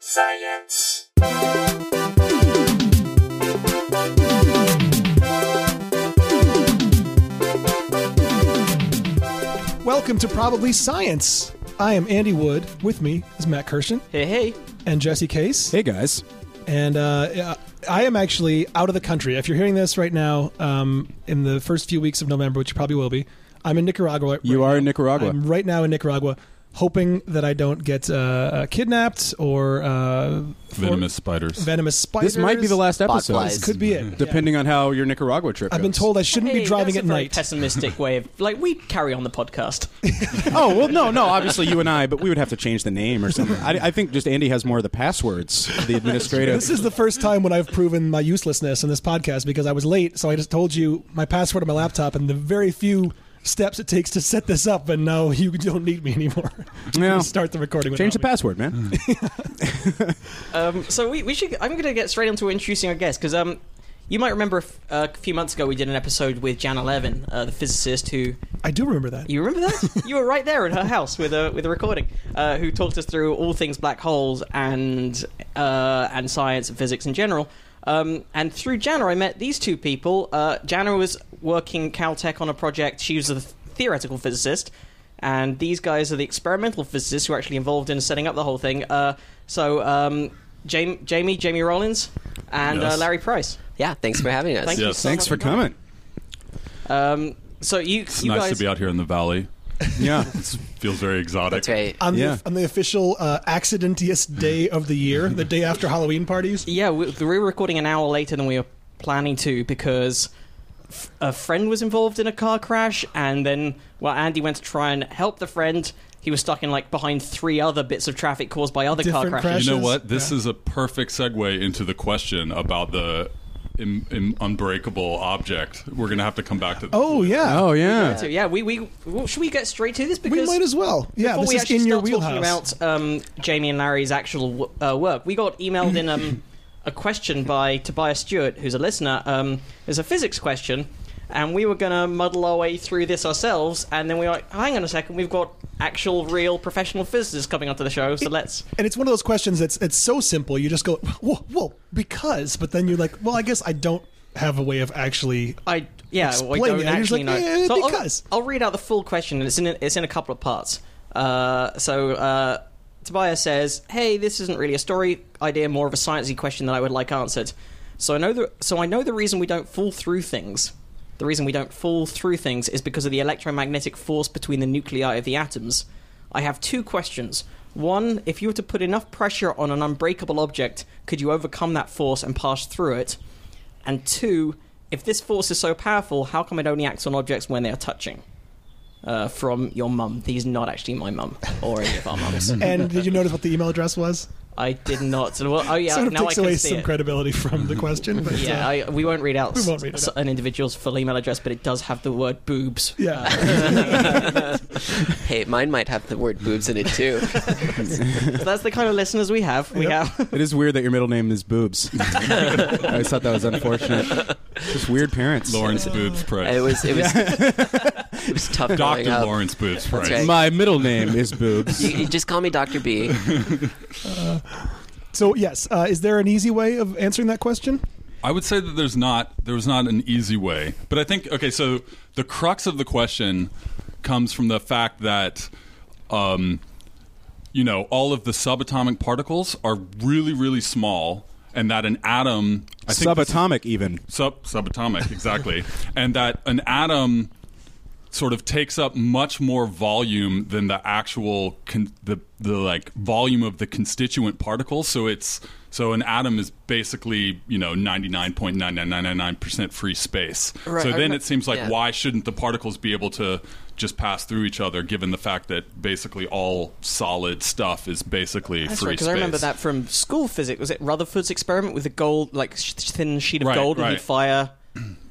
science. Welcome to Probably Science. I am Andy Wood. With me is Matt Kirshen Hey, hey. and Jesse Case. Hey guys. And uh, I am actually out of the country. If you're hearing this right now, um, in the first few weeks of November, which you probably will be, I'm in Nicaragua. right You are in now. Nicaragua. I'm right now in Nicaragua, hoping that I don't get uh, uh, kidnapped or uh, venomous spiders. venomous spiders. This might be the last episode. flies. Could be it. Depending on how your Nicaragua trip I've been goes. told I shouldn't Hey, be driving that's at a very night. Pessimistic way of like we carry on the podcast. Oh, well, no, no, obviously you and I, but we would have to change the name or something. I, I think just Andy has more of the passwords, the administrative. This is the first time when I've proven my uselessness in this podcast because I was late, so I just told you my password on my laptop and the very few steps it takes to set this up, and now you don't need me anymore. Yeah. Start the recording. Change the without me. password, man. Mm. Um, so we, we should. I'm going to get straight onto introducing our guest because um, you might remember a f- a few months ago we did an episode with Jan Levin, uh, the physicist who I do remember that. you remember that you were right there at her house with a with a recording, uh, who talked us through all things black holes and uh, and science and physics in general. Um, and through Jana, I met these two people. Uh, Jana was working Caltech on a project. She was a theoretical physicist, and these guys are the experimental physicists who are actually involved in setting up the whole thing. Uh, so um, Jamie, Jamie, Jamie Rollins, and uh, Yes. Larry Price. Yeah, thanks for having us. Thank you. Yes. So Thanks much for coming. Um, so you, It's you nice guys, to be out here in the valley. Yeah. Feels very exotic. That's right. Uh, On, Yeah. the, on the official uh, accidentiest day of the year, the day after Halloween parties. Yeah, we, we were recording an hour later than we were planning to because f- a friend was involved in a car crash, and then while Andy went to try and help the friend, he was stuck in like behind three other bits of traffic caused by other Different car crash- crashes. You know Ashes. what? This is a perfect segue into the question about the im- im- unbreakable object. We're going to have to come back to this. Oh yeah, Oh, yeah. So yeah, we, we well, should we get straight to this we because might as well. Yeah, before this we is actually in your start talking wheelhouse. about um, Jamie and Larry's actual w- uh, work, we got emailed in um, a question by Tobias Stewart, who's a listener. Um, it's a physics question, and we were going to muddle our way through this ourselves, and then we were like, hang on a second, we've got actual, real, professional physicists coming onto the show, so let's... And it's one of those questions that's it's so simple. You just go, whoa, whoa, because, but then you're like, well, I guess I don't have a way of actually I yeah, Explain we don't it. You're just actually like, know. "Eh, so I'll- because." I'll, read out the full question, and it's in a, it's in a couple of parts. Uh, so uh, Tobias says, "Hey, this isn't really a story idea, more of a sciencey question that I would like answered. So I know the so I know the reason we don't fall through things. The reason we don't fall through things is because of the electromagnetic force between the nuclei of the atoms. I have two questions." One, if you were to put enough pressure on an unbreakable object, could you overcome that force and pass through it? And two, if this force is so powerful, how come it only acts on objects when they are touching? Uh, from your mum. He's not actually my mum or any of our mums. And did you notice what the email address was? I did not. So, well, oh yeah, sort of now I takes can away see some it. credibility from the question. But, Yeah, uh, I, we won't read out We won't read it s- out. an individual's full email address, but it does have the word boobs. yeah. Hey, mine might have the word boobs in it too. So that's the kind of listeners we have. We Yep. have. It is weird that your middle name is Boobs. I always thought that was unfortunate. Just weird parents. Lawrence Boobs Price. It was it was it was tough growing Dr. up. Lawrence Boobs Price. right. My middle name is You, Boobs. you just call me Doctor B. So yes, uh, is there an easy way of answering that question? I would say that there's not there was not an easy way, but I think okay. So the crux of the question comes from the fact that, um, you know, all of the subatomic particles are really really small, and that an atom I think this- Subatomic, even. sub subatomic exactly, and that an atom sort of takes up much more volume than the actual con- the the like volume of the constituent particles. So it's so an atom is basically you know ninety nine point nine nine nine nine nine percent free space. Right, so I then remem- it seems like yeah. why shouldn't the particles be able to just pass through each other, given the fact that basically all solid stuff is basically That's free right, space. because I remember that from school physics. Was it Rutherford's experiment with the gold, like sh- thin sheet of Right, gold, and he'd right. fire?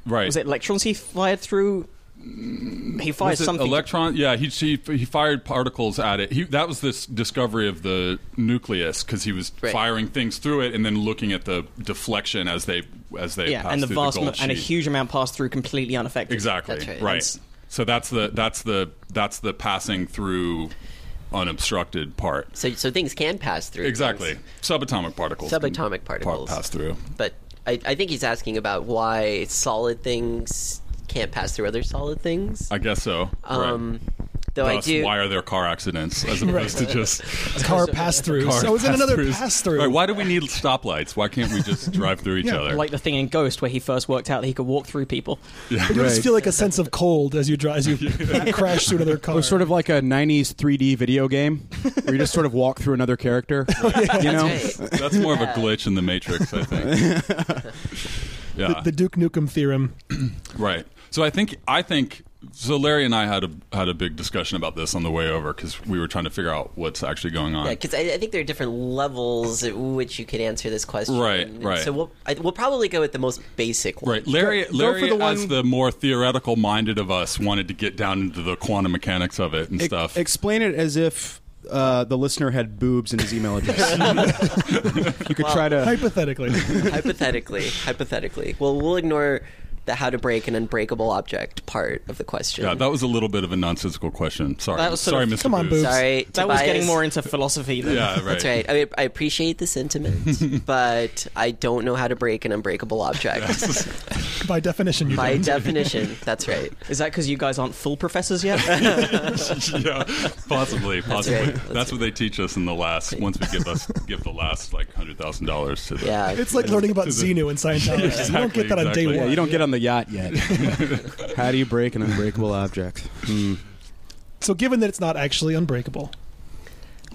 Right. Was it electrons he fired through? He fired Was it something. Electron. Yeah, he, he he fired particles at it. He, that was this discovery of the nucleus because he was Right. firing things through it and then looking at the deflection as they as they yeah, passed and the through vast gold mo- and a sheet. huge amount passed through completely unaffected. exactly That's right. right. That's- So that's the that's the that's the passing through unobstructed part. So, so things can pass through. Exactly. things, Subatomic particles. can Subatomic par- particles. pass through. But I, I think he's asking about why solid things can't pass through other solid things. I guess so. Um, though right. I Thus, do. why are there car accidents as opposed to just car pass through. car So is it another pass-throughs? pass through? Right, why do we need stoplights? Why can't we just drive through each other? Like the thing in Ghost where he first worked out that he could walk through people. You just Right. feel like a sense of cold as you drive, as you crash through another car. It was sort of like a 90s 3D video game where you just sort of walk through another character. You know? That's right. That's more of a glitch in the Matrix, I think. yeah, the Duke Nukem theorem. right. So I think I think so. Larry and I had a had a big discussion about this on the way over because we were trying to figure out what's actually going on. Yeah, because I, I think there are different levels at which you could answer this question. Right, right. So we'll I, we'll probably go with the most basic one. Right, Larry. Go- go Larry, for the one- as the more theoretical-minded of us, wanted to get down into the quantum mechanics of it and E- stuff. explain it as if uh, the listener had boobs in his email address. you could try to. Hypothetically, hypothetically, hypothetically. Well, we'll ignore the how to break an unbreakable object part of the question. yeah, that was a little bit of a nonsensical question. Sorry, That was sort sorry, of- Mr. Come on, Booth. Booth. Sorry, That was Tobias. getting more into philosophy than Yeah, right. That's right. I, I appreciate the sentiment, but I don't know how to break an unbreakable object. by definition, you By don't. definition, that's right. Is that because you guys aren't full professors yet? yeah, possibly, possibly. That's, right, that's what they teach us in the last. Once we give us give the last like hundred thousand dollars to the Yeah. It's like learning about Xenu in Scientology. you don't get that on day exactly. one. Yeah, you don't get on the yacht yet. How do you break an unbreakable object? Hmm. So, given that it's not actually unbreakable,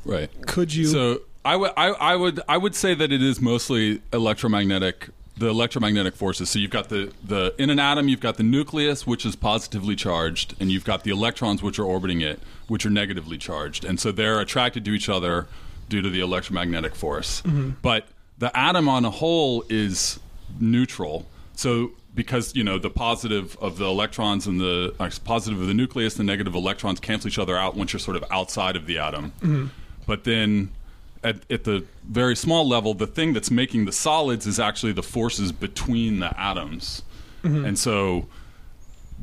right. could you? So I would I, I would I would say that it is mostly electromagnetic the electromagnetic forces. So you've got the, the in an atom you've got the nucleus which is positively charged and you've got the electrons which are orbiting it which are negatively charged. And so they're attracted to each other due to the electromagnetic force. But the atom on a whole is neutral. So because you know the positive of the electrons and the uh, positive of the nucleus, the negative electrons cancel each other out once you're sort of outside of the atom. But then at, at the very small level, the thing that's making the solids is actually the forces between the atoms. And so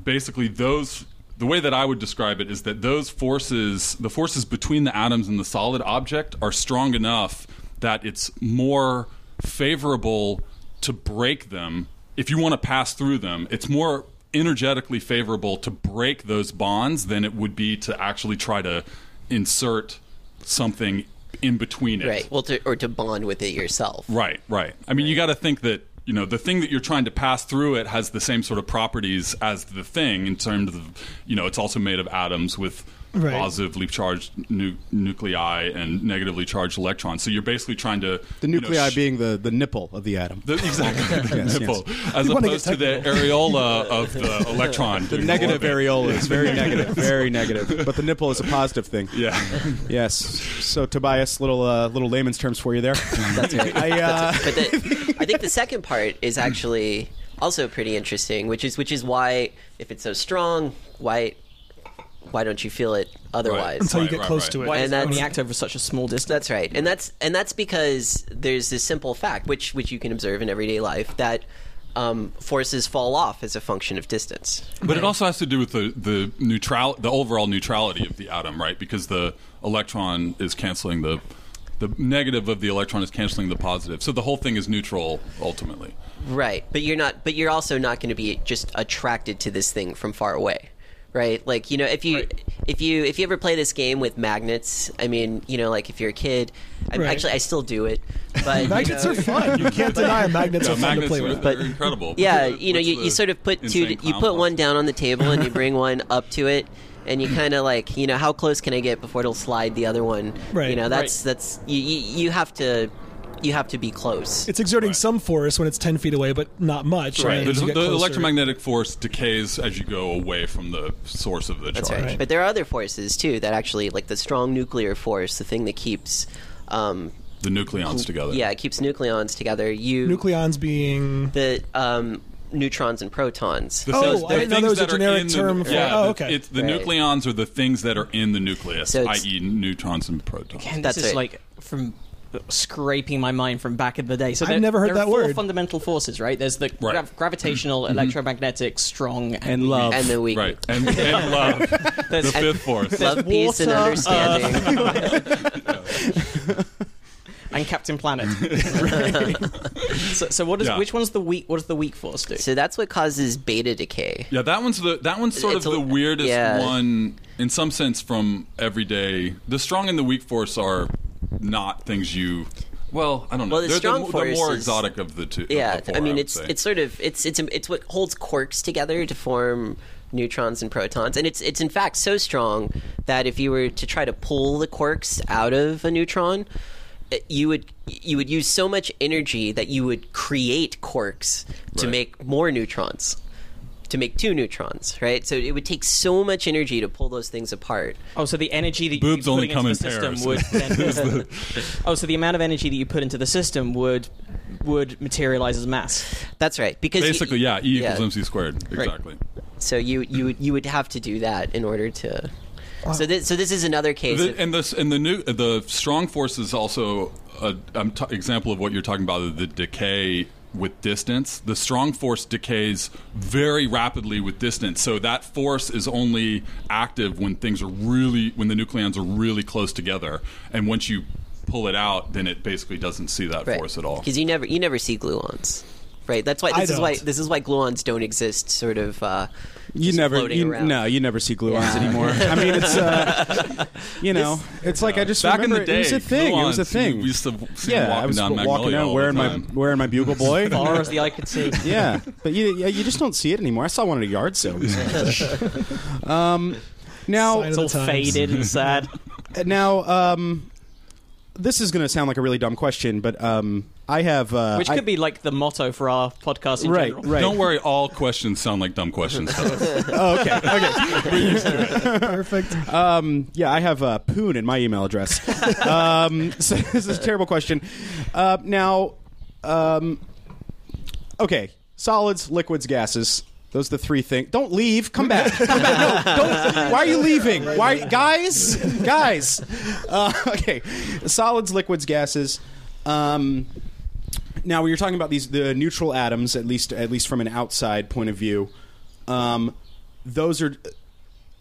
basically, those the way that I would describe it is that those forces, the forces between the atoms and the solid object, are strong enough that it's more favorable to break them. If you want to pass through them, it's more energetically favorable to break those bonds than it would be to actually try to insert something in between it. Right. Well, to, or to bond with it yourself. Right, right. I mean, you got to think that you know the thing that you're trying to pass through it has the same sort of properties as the thing in terms of you know it's also made of atoms with Right. positively charged nu- nuclei and negatively charged electrons. So you're basically trying to The you know, nuclei sh- being the, the nipple of the atom. the, exactly the Yes, yes. nipple, as We wanna get opposed to the areola of the electron. The negative areola is very negative, very negative. But the nipple is a positive thing. Yeah. Yes. So Tobias, little uh, little layman's terms for you there. That's right. I, uh, But the, I think the second part is actually also pretty interesting, which is which is why if it's so strong, why why don't you feel it otherwise? until you Right, get right, close right. to it. Why does And it that's- only act over such a small distance? That's right, and that's and that's because there's this simple fact, which which you can observe in everyday life, that um, forces fall off as a function of distance. But it also has to do with the the neutral the overall neutrality of the atom, right? Because the electron is canceling the the negative of the electron is canceling the positive. So the whole thing is neutral ultimately. Right, but you're not. But you're also not going to be just attracted to this thing from far away, right? Like you know, if you Right. if you if you ever play this game with magnets, I mean, you know, like if you're a kid, I, Right. actually I still do it, but you Magnets know, are fun. You can't deny magnets Yeah, are fun magnets to play are, with. they're incredible. Yeah, What's the- you know, what's you, you the sort of put two, insane you clown put one posse? down on the table and you bring one up to it, and you kind of like, you know, how close can I get before it'll slide the other one? Right, You know, that's that's you, you you have to you have to be close. It's exerting some force when it's ten feet away, but not much. Right. and as The, you get the closer- electromagnetic force decays as you go away from the source of the charge. That's right. Right. But there are other forces too that actually, like the strong nuclear force, the thing that keeps, um, The nucleons together. yeah, it keeps nucleons together. You Nucleons being the um, neutrons and protons. The Oh, things- I the didn't know things there was a that are generic in term The, for- yeah, oh, the- okay. it's, the Right. nucleons are the things that are in the nucleus, So it's- i.e., neutrons and protons. And That's this is right. like from scraping my mind from back in the day. So I've there- never heard there that are four word. Fundamental forces, right? There's the Right. grav- gravitational, electromagnetic, strong, and, and love. and then we Right. And, and love. the fifth force. love, peace, and water, uh, understanding. and Captain Planet. so, so what is Yeah. which one's the weak? What does the weak force do? so that's what causes beta decay. Yeah, that one's the that one's sort It's of a- the weirdest yeah. one in some sense from everyday. The strong and the weak force are not things you. Well, I don't know. Well, the They're strong the, force more is- exotic of the two. of Yeah, the four, I mean would it's say. it's sort of it's it's it's what holds quarks together to form neutrons and protons, and it's it's in fact so strong that if you were to try to pull the quarks out of a neutron, it- you would you would use so much energy that you would create quarks to Right. make more neutrons. To make two neutrons, right? So it would take so much energy to pull those things apart. Oh, so the energy that you Boobs put only into come the in system pairs. would. Then, oh, so the amount of energy that you put into the system would would materialize as mass. That's right, because you- basically yeah, E equals yeah. MC squared. Exactly. So you you would you would have to do that in order to. So this so this is another case. The- of, and this and the new the strong force is also an example of what you're talking about the decay with distance the strong force decays very rapidly with distance so that force is only active when things are really when the nucleons are really close together and once you pull it out then it basically doesn't see that force at all Because you never you never see gluons, right? That's why I this is why don't. this is why gluons don't exist. Sort of. Uh, You just never, floating you, around. no, you never see gluons Yeah. anymore. I mean, it's, uh, you know, it's like I just back in remember the day it was a thing. it was a gluons, thing. we used to see them yeah, walking I was down walking Magnolia all out the wearing my time. wearing my bugle boy. Far as the eye could see. yeah, but you, yeah, you just don't see it anymore. I saw one at a yard sale. recently. um, now, Sign It's of all the times. faded and sad. now, um, this is going to sound like a really dumb question, but um, I have uh, Which I- could be like the motto for our podcast in right, general. right. don't worry all questions sound like dumb questions Oh, okay, okay. Perfect. Um, yeah, I have uh, poon in my email address. um, so this is a terrible question. Uh, now, um, okay, solids, liquids, gases. Those are the three things. Don't leave. Come back. Come back. No. Don't. Why are you leaving? Why, guys? Guys. Uh, okay. Solids, liquids, gases. Um, now we were talking about these the neutral atoms, at least at least from an outside point of view. Um, those are.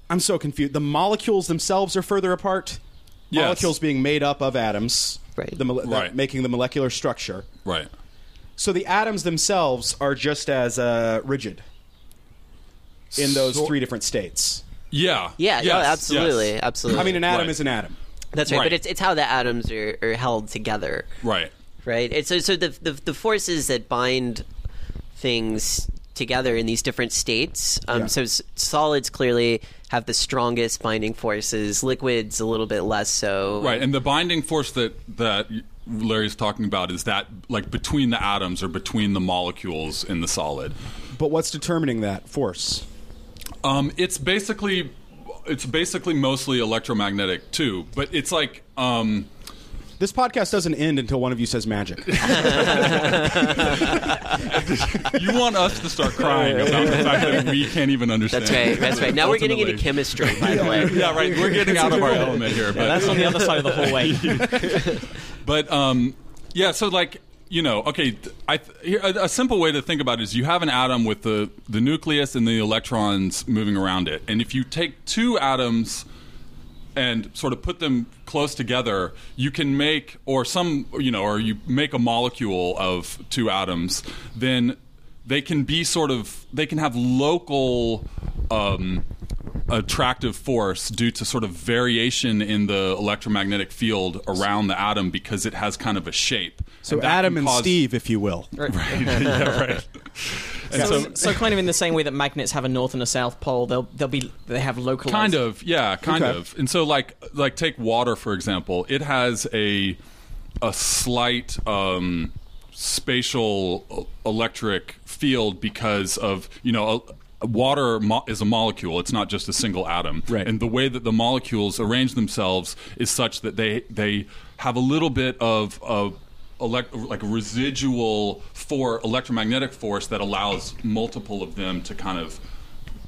I'm so confused. The molecules themselves are further apart. Yes. Molecules being made up of atoms, Right. The, mole- the- Right. Making the molecular structure. right So the atoms themselves are just as uh, rigid in those So- three different states. yeah Yeah. Yes, no, yes. absolutely. Absolutely. I mean, an atom Right. is an atom. that's right, Right. But it's it's how the atoms are, are held together, right right? It's so so the, the the forces that bind things together in these different states. Um, Yeah. So s- solids clearly have the strongest binding forces. Liquids a little bit less so. Right, and the binding force that that Larry's talking about is that like between the atoms or between the molecules in the solid. But what's determining that force? Um, it's basically it's basically mostly electromagnetic too, but it's like um, This podcast doesn't end until one of you says magic. you want us to start crying about the fact that we can't even understand. That's right. That's right. Now we're getting into Ultimately. chemistry. By the way. Yeah, right. We're getting out of our element here, but That's on the other side of the hallway. But um, yeah, so like you know, okay, th- I th- here- a, a simple way to think about it is you have an atom with the the nucleus and the electrons moving around it, and if you take two atoms and sort of put them close together, you can make or some you know, or you make a molecule of two atoms, then they can be sort of they can have local um, attractive force due to sort of variation in the electromagnetic field around the atom because it has kind of a shape. So that Adam can and cause- Steve, if you will. yeah, right. And So, so, so kind of in the same way that magnets have a north and a south pole, they'll they'll be they have localized. kind of yeah kind Okay. of and so like like take water for example it has a a slight um spatial uh, electric field because of you know a, water mo- is a molecule it's not just a single atom Right. and the way that the molecules arrange themselves is such that they they have a little bit of a elect- like residual for electromagnetic force that allows multiple of them to kind of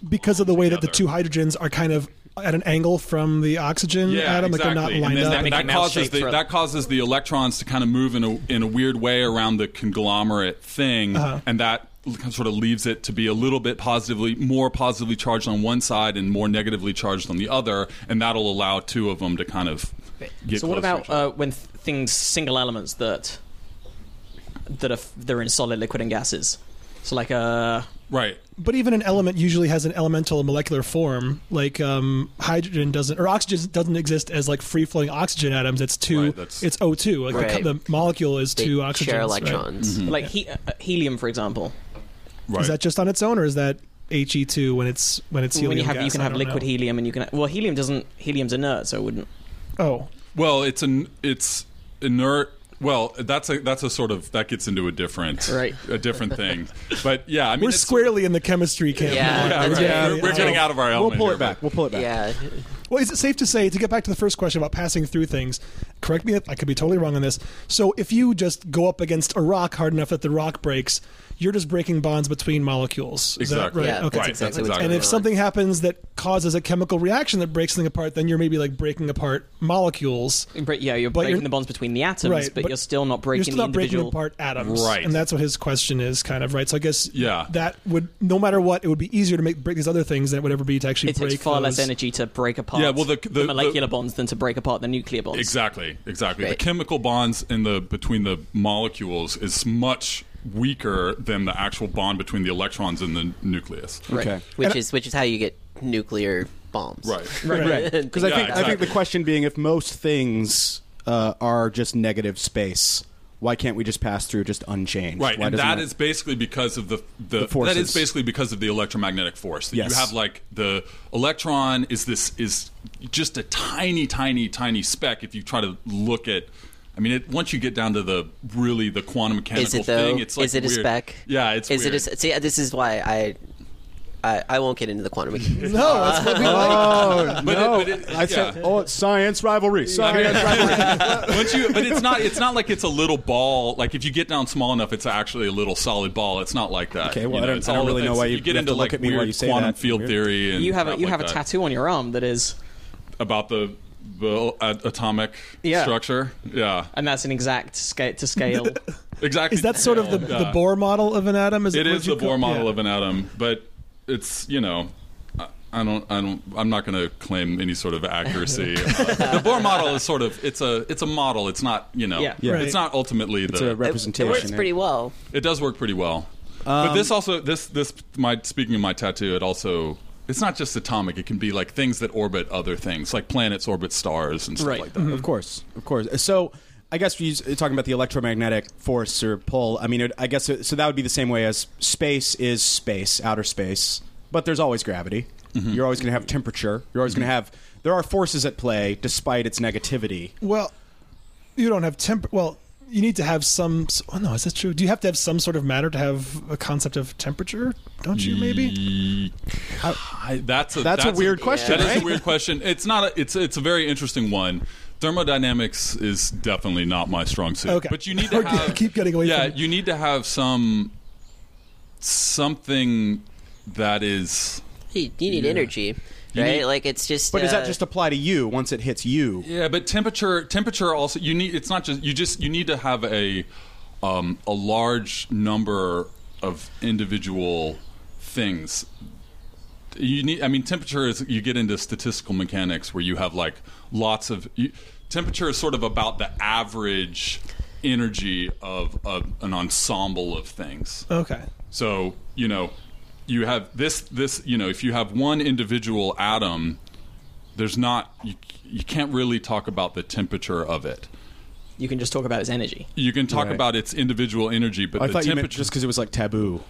Because of the way that the two Together. hydrogens are kind of at an angle from the oxygen atom, like they're exactly. not And lined then up. That, that Mickey Mouse causes shape the, for- that causes the electrons to kind of move in a in a weird way around the conglomerate thing, Uh-huh. and that l- sort of leaves it to be a little bit positively more positively charged on one side and more negatively charged on the other, and that'll allow two of them to kind of get so what close to about each other. uh, when th- things single elements that that are f- they're in solid, liquid, and gases? So like uh, right? But even an element usually has an elemental and molecular form. Like um, hydrogen doesn't, or oxygen doesn't exist as like free flowing oxygen atoms. It's two. Right, that's- it's O two. Like Right. the, the molecule is They two oxygens. share right? electrons. like he- uh, helium, for example. Right. Is that just on its own, or is that He two when it's when it's helium when you have you gas? can I have don't liquid know. helium and you can well helium doesn't helium's inert, so it wouldn't. Oh, well, it's an it's inert. Well, that's a that's a sort of that gets into a different Right. a different thing, but yeah, I mean we're it's- squarely in the chemistry camp. now. Yeah, Yeah. That's we're, right. we're- we're getting out of our We'll element. pull here, it back. but- We'll pull it back. Yeah. Well, is it safe to say to get back to the first question about passing through things? Correct me if I could be totally wrong on this. So, if you just go up against a rock hard enough that the rock breaks, you're just breaking bonds between molecules. Is that Exactly. right? Yeah, okay. that's Right, that's exactly what's exactly And going if on. something happens that causes a chemical reaction that breaks something apart, then you're maybe like breaking apart molecules. But yeah, you're But breaking you're- the bonds between the atoms, right, but, but you're still not breaking You're still the not breaking individual. apart atoms, Right. And that's what his question is, kind of right. So I guess Yeah. that would no matter what, it would be easier to make break these other things than it would ever be to actually It break. takes far less those. energy to break apart Yeah, well, the- the- molecular the- bonds than to break apart the nuclear bonds. Exactly, exactly. The Right. chemical bonds in the between the molecules is much weaker than the actual bond between the electrons and the nucleus. Okay. Which is which is how you get nuclear bombs. Right. Right. Because I Yeah, think I think exactly. the question being if most things uh, are just negative space, why can't we just pass through just unchanged? Right, Why and doesn't that is basically because of the the, forces. that is basically because of the electromagnetic force. That Yes. You have like the electron is this is just a tiny, tiny, tiny speck. If you try to look at, I mean, it, once you get down to the really the quantum mechanical Is it though? thing, it's like is it a weird. spec? Yeah, it's is weird. it a s- see? This is why I, I I won't get into the quantum. mechanics. No, that's what we like. Oh But it- no! but it- I said, yeah. oh, it's science rivalry. Science Once you, but it's not. It's not like it's a little ball. Like if you get down small enough, it's actually a little solid ball. It's not like that. Okay, well, you I don't- it's I don't all- really know it's- why you you get have into to look like at me while weird you say quantum that. field Weird. theory. And You have a, crap you like have a that. tattoo on your arm that is, about the, the a- atomic Yeah. structure. Yeah, and that's an exact scale to scale. exactly. Is that sort of the, Yeah. the Bohr model of an atom? Is what It is you the call- Bohr model yeah. of an atom, but it's you know. I- I don't. I don't. I'm not going to claim any sort of accuracy. Uh, the Bohr model is sort of. It's a. It's a model. It's not. You know. Yeah. Yeah. Right. It's not ultimately the. It's a It representation. works pretty well. It does work pretty well. Um, but this also this this my speaking of my tattoo, it also it's not just atomic. It can be like things that orbit other things, like planets orbit stars and stuff Right. like that. Of course, of course. So I guess you're talking about the electromagnetic force or pull. I mean, it, I guess it, so. That would be the same way as space is space, outer space, but there's always gravity. Mm-hmm. You're always going to have temperature. You're always going to have. There are forces at play, despite its negativity. Well, you don't have temp. Well, you need to have some. s- Oh no, is that true? Do you have to have some sort of matter to have a concept of temperature? Don't you? Maybe. Ye- I- that's a That's a weird question, That is right? a weird question. It's not. A, it's it's a very interesting one. Thermodynamics is definitely not my strong suit. Okay. But you need to Okay, have, keep getting away Yeah, from it. you need to have some something that is. You, you need energy, right? need- like it's just. But does uh, that just apply to you once it hits you? Yeah, but temperature temperature also you need it's not just you just you need to have a um, a large number of individual things. You need I mean temperature is you get into statistical mechanics where you have like lots of you, temperature is sort of about the average energy of, of an ensemble of things. Okay. So you know, you have this this you know if you have one individual atom, there's not you, you can't really talk about the temperature of it. you can just talk about its energy. You can talk Right. about its individual energy, but I the thought you meant temperature just because it was like taboo.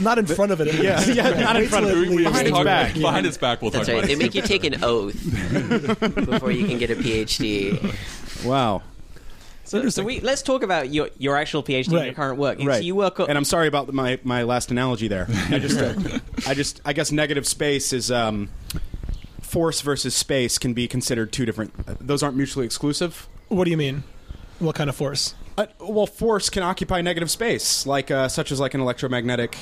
Not in front of it. at least. yeah, not in Wait front till of it it. We- we- leaves. Behind Behind its its back. back. Behind its back, we'll That's talk right. They about make you take an oath before you can get a PhD. Wow. So, so we let's talk about your your actual PhD and your Right. current work. Right. So you work. and I'm sorry about the- my, my last analogy there. I just, uh, I just, I guess negative space is um, force versus space can be considered two different. uh, Those aren't mutually exclusive. What do you mean? What kind of force? Uh, well, force can occupy negative space, like uh, such as like an electromagnetic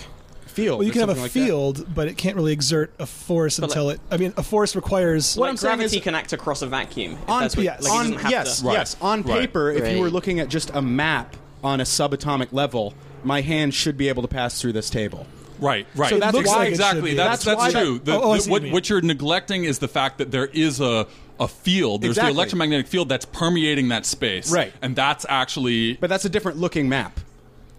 field. Well, you or can have a something like that. field, but it can't really exert a force until like- it. I mean, a force requires. What Like I'm saying is gravity- he can act across a vacuum. if on that's what, yes. like, he on doesn't have yes to- Right. yes on Right. paper if you were Right. looking at just a map on a subatomic level my hand should be able to pass through this table Right, right. So that's It looks why- like it exactly should be. That's that's that's, why true. that- The- Oh, oh, I the- see what what, you mean. what you're neglecting is the fact that there is a a field. There's Exactly. the electromagnetic field that's permeating that space. Right. and that's actually but that's a different looking map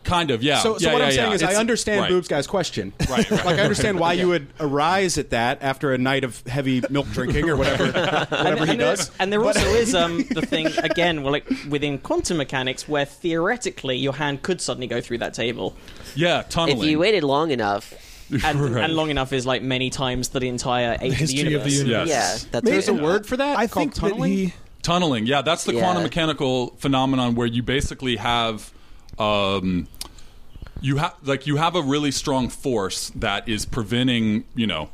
kind of yeah. so, so Oh. yeah, what yeah, i'm saying yeah. is i It's- understand right. boobs guy's question Right, right. like i understand why you would arise at that after a night of heavy milk drinking or whatever whatever he and there- does and there also is um, the thing again, well, like within quantum mechanics, where theoretically your hand could suddenly go through that table, Yeah, If tunneling. you waited long enough, and, Right. and long enough is like many times the entire age history of the universe. Yes. yeah, that's Maybe- there's a word for that I called think that tunneling? he. Tunneling, yeah, that's the Yeah. quantum mechanical phenomenon where you basically have, um, you have like you have a really strong force that is preventing you know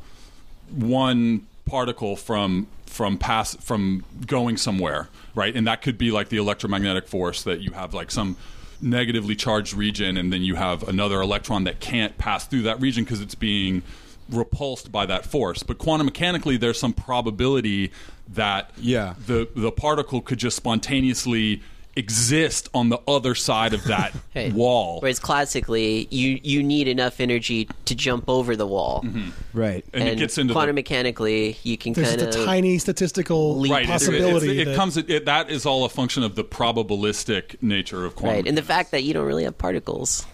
one particle from from pass from going somewhere, right? And that could be like the electromagnetic force that you have like some negatively charged region, and then you have another electron that can't pass through that region because it's being repulsed by that force. But quantum mechanically, there's some probability that Yeah. the the particle could just spontaneously exist on the other side of that Right. wall. Whereas classically, you you need enough energy to jump over the wall, right Mm-hmm. And, it gets into quantum the, mechanically. You can There's kind of just a tiny statistical Leap. right. it's- it's- possibility. it, that- comes. It, that is all a function of the probabilistic nature of quantum. right, and the fact that you don't really have particles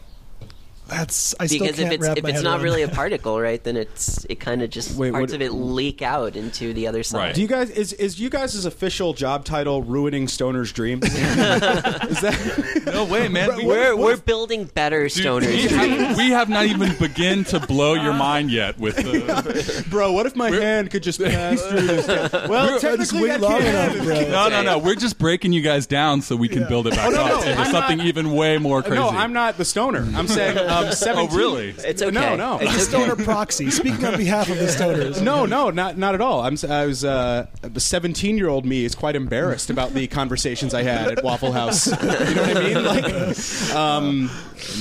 That's. I still because can't if it's wrap if my it's head not around really a that. particle, right? Then it's it kind of just Wait, parts what- of it leak out into the other side. Right. do you guys is is you guys' official job title ruining stoner's dream is that no way, man. We- We're we're building better dude, stoners. we, have, we have not even begun to blow your mind yet with the. bro what if my hand could just pass through this well Just technically wait I long can't. enough, bro. No, no, no. We're just breaking you guys down so we can build it back Oh, no, up no, into I'm something not- even way more crazy. Uh, Oh, No, I'm not the stoner. I'm saying um, 17. really? It's okay. No, no. It's okay. Stoner proxy. Speaking on behalf of the stoners. No, no, not not at all. I'm s- I was uh, a 17 year old me is quite embarrassed about the conversations I had at Waffle House. You know what I mean? Like, um,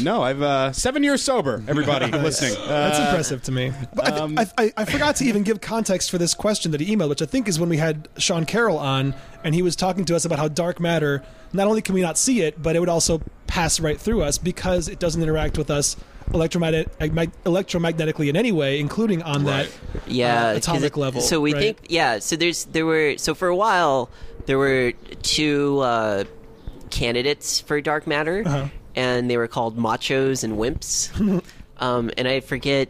no, I've uh, seven years sober. Everybody listening, That's uh, impressive to me. But I- I, I, I forgot to even give context for this question that he emailed, which I think is when we had Sean Carroll on, and he was talking to us about how dark matter not only can we not see it, but it would also pass right through us because it doesn't interact with us electromagnet- mag- electromagnetically in any way, including on that yeah uh, 'cause atomic it- level, So we right? think yeah. So there's there were so for a while there were two uh, candidates for dark matter, Uh-huh. and they were called machos and wimps, um, and I forget.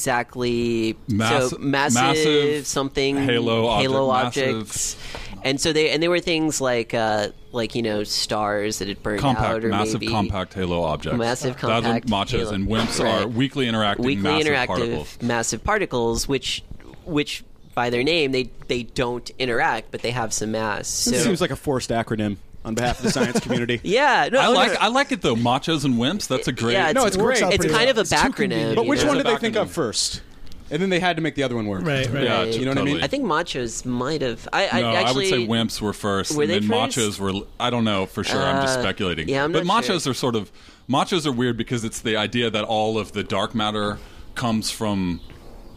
Exactly. Mass- so massive, massive something halo object- halo massive- objects, and so they and they were things like uh, like you know stars that had burned out compact, or massive maybe compact halo objects. Massive compact That's what machos halo- and wimps Right. are weakly interacting weakly massive interactive particles. massive particles, which which by their name they they don't interact, but they have some mass. So this seems like a forced acronym on behalf of the science community. yeah, no, I no, no. like I like it though. Machos and wimps. That's a great. yeah, No, it's, it's great. It's pretty kind well. of a backronym. But you which know? one It's did a they think backronym. of first? And then they had to make the other one work. Right, right. Yeah, Right. t- You know what I mean? totally. I think machos might have. I, I no, actually I would say wimps were first. Were and they then first? machos were. I don't know for sure. I'm just Uh, speculating. yeah, I'm but not machos sure. are sort of machos are weird because it's the idea that all of the dark matter comes from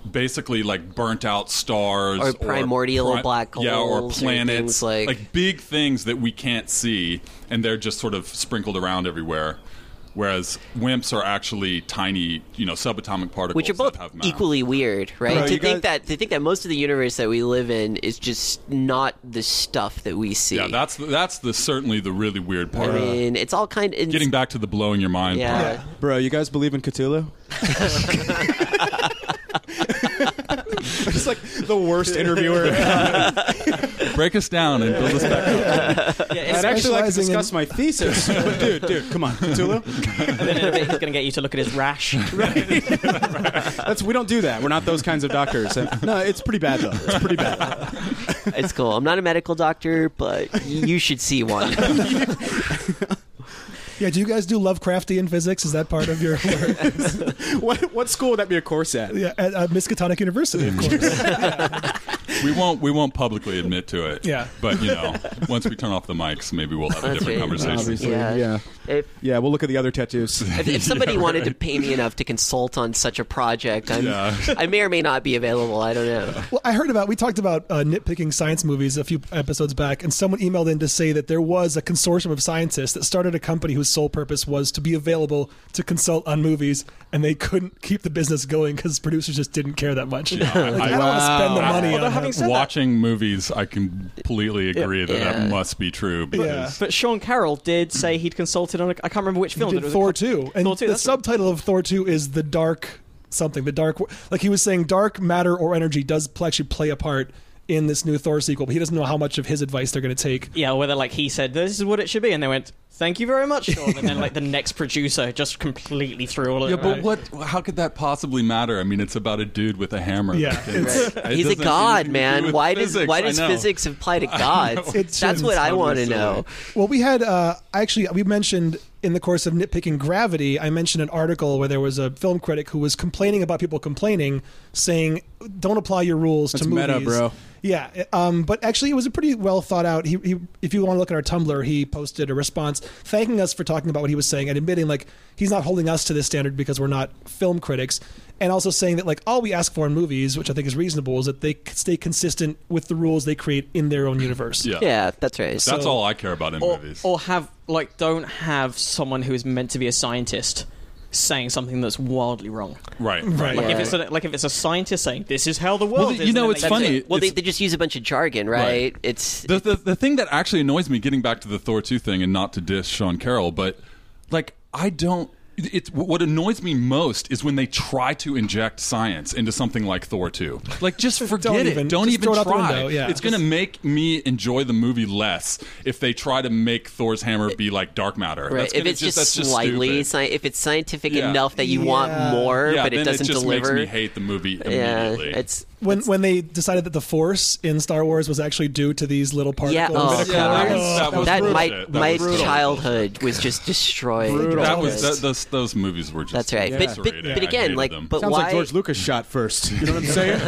basically like burnt out stars Or primordial black yeah, or holes or planets things like- big things that we can't see and they're just sort of sprinkled around everywhere whereas wimps are actually tiny you know subatomic particles Which are both that have mass. equally weird, right? Bro, to you think guys- that to think that most of the universe that we live in is just not the stuff that we see. yeah that's the, that's the certainly the really weird I part mean, it's all kind. Of, getting back to the blowing your mind part. yeah. Bro, you guys believe in Cthulhu? It's like the worst interviewer. break us down and build us back up. I'd actually like to Specializing in- discuss my thesis. But dude, dude, come on, Cthulhu. And then in a bit he's going to get you to look at his rash. That's we don't do that. We're not those kinds of doctors. And- no, it's pretty bad though. It's pretty bad. It's cool. I'm not a medical doctor, but you should see one. Yeah, do you guys do Lovecraftian physics? Is that part of your work? What what school would that be a course at? yeah, at uh, Miskatonic University, of course. We won't. We won't publicly admit to it. Yeah. But you know, once we turn off the mics, maybe we'll have a That's different right. conversation. Obviously, Yeah. yeah. If, Yeah, we'll look at the other tattoos. if, if somebody wanted to pay me enough to consult on such a project, I'm, Yeah. I may or may not be available. I don't know. Well, I heard about we talked about uh, nitpicking science movies a few episodes back, and someone emailed in to say that there was a consortium of scientists that started a company whose sole purpose was to be available to consult on movies, and they couldn't keep the business going because producers just didn't care that much. Yeah, like, I, I- don't want to spend the Wow. money. Although on having that. said- Watching movies, I completely agree that Yeah. that must be true. Yeah. Because But Sean Carroll did say he'd consulted on. A, I can't remember which film. He but it did was a Thor co- two, and Thor two. the That's right. subtitle of Thor two is the dark something, the dark. Like he was saying, dark matter or energy does pl- actually play a part in this new Thor sequel, but he doesn't know how much of his advice they're going to take. yeah, whether like he said this is what it should be, and they went, "Thank you very much, Sean," and then like the next producer just completely threw all of yeah, it. but out. what? How could that possibly matter? I mean, it's about a dude with a hammer. Yeah. It doesn't- it He's a doesn't god, even man. do Why with does why does I know. physics apply to gods? It That's shouldn't. what I Totally want to silly. know. Well, we had uh, actually we mentioned in the course of nitpicking gravity, I mentioned an article where there was a film critic who was complaining about people complaining, saying, "Don't apply your rules That's to movies." meta, bro. Yeah, um, but actually, it was a pretty well thought out. He, he, if you want to look at our Tumblr, he posted a response thanking us for talking about what he was saying and admitting like he's not holding us to this standard because we're not film critics, and also saying that like all we ask for in movies, which I think is reasonable, is that they stay consistent with the rules they create in their own universe. Yeah. Yeah, that's right. That's So- Oh, all I care about in or, movies. or have like don't have someone who is meant to be a scientist saying something that's wildly wrong. right. Right. Like Yeah. if it's a, like if it's a scientist saying this is how the Well, world is. you and know, then it's they- funny. well, they, It's- they just use a bunch of jargon, right? Right. It's the, the the thing that actually annoys me getting back to the Thor two thing and not to diss Sean Carroll, but like I don't. It's what annoys me most is when they try to inject science into something like Thor two. Like just forget it. even- don't just even throw it out the try. window, yeah. It's going to make me enjoy the movie less if they try to make Thor's hammer be like dark matter. right. That's if gonna it's just, that's just slightly, stupid. sci- if it's scientific Yeah. enough that you Yeah. want more, yeah, but then it doesn't just deliver. makes me hate the movie yeah, immediately. it's when when they decided that the force in Star Wars was actually due to these little yeah. particles. Oh, Yeah, that God. was- that was that brutal. my That my was brutal. childhood was just destroyed. Brutal. that was that, those, those movies were just That's right. But, but, eviscerated. but I again, hated like, them. but Sounds why like George Lucas shot first. You know what I'm saying?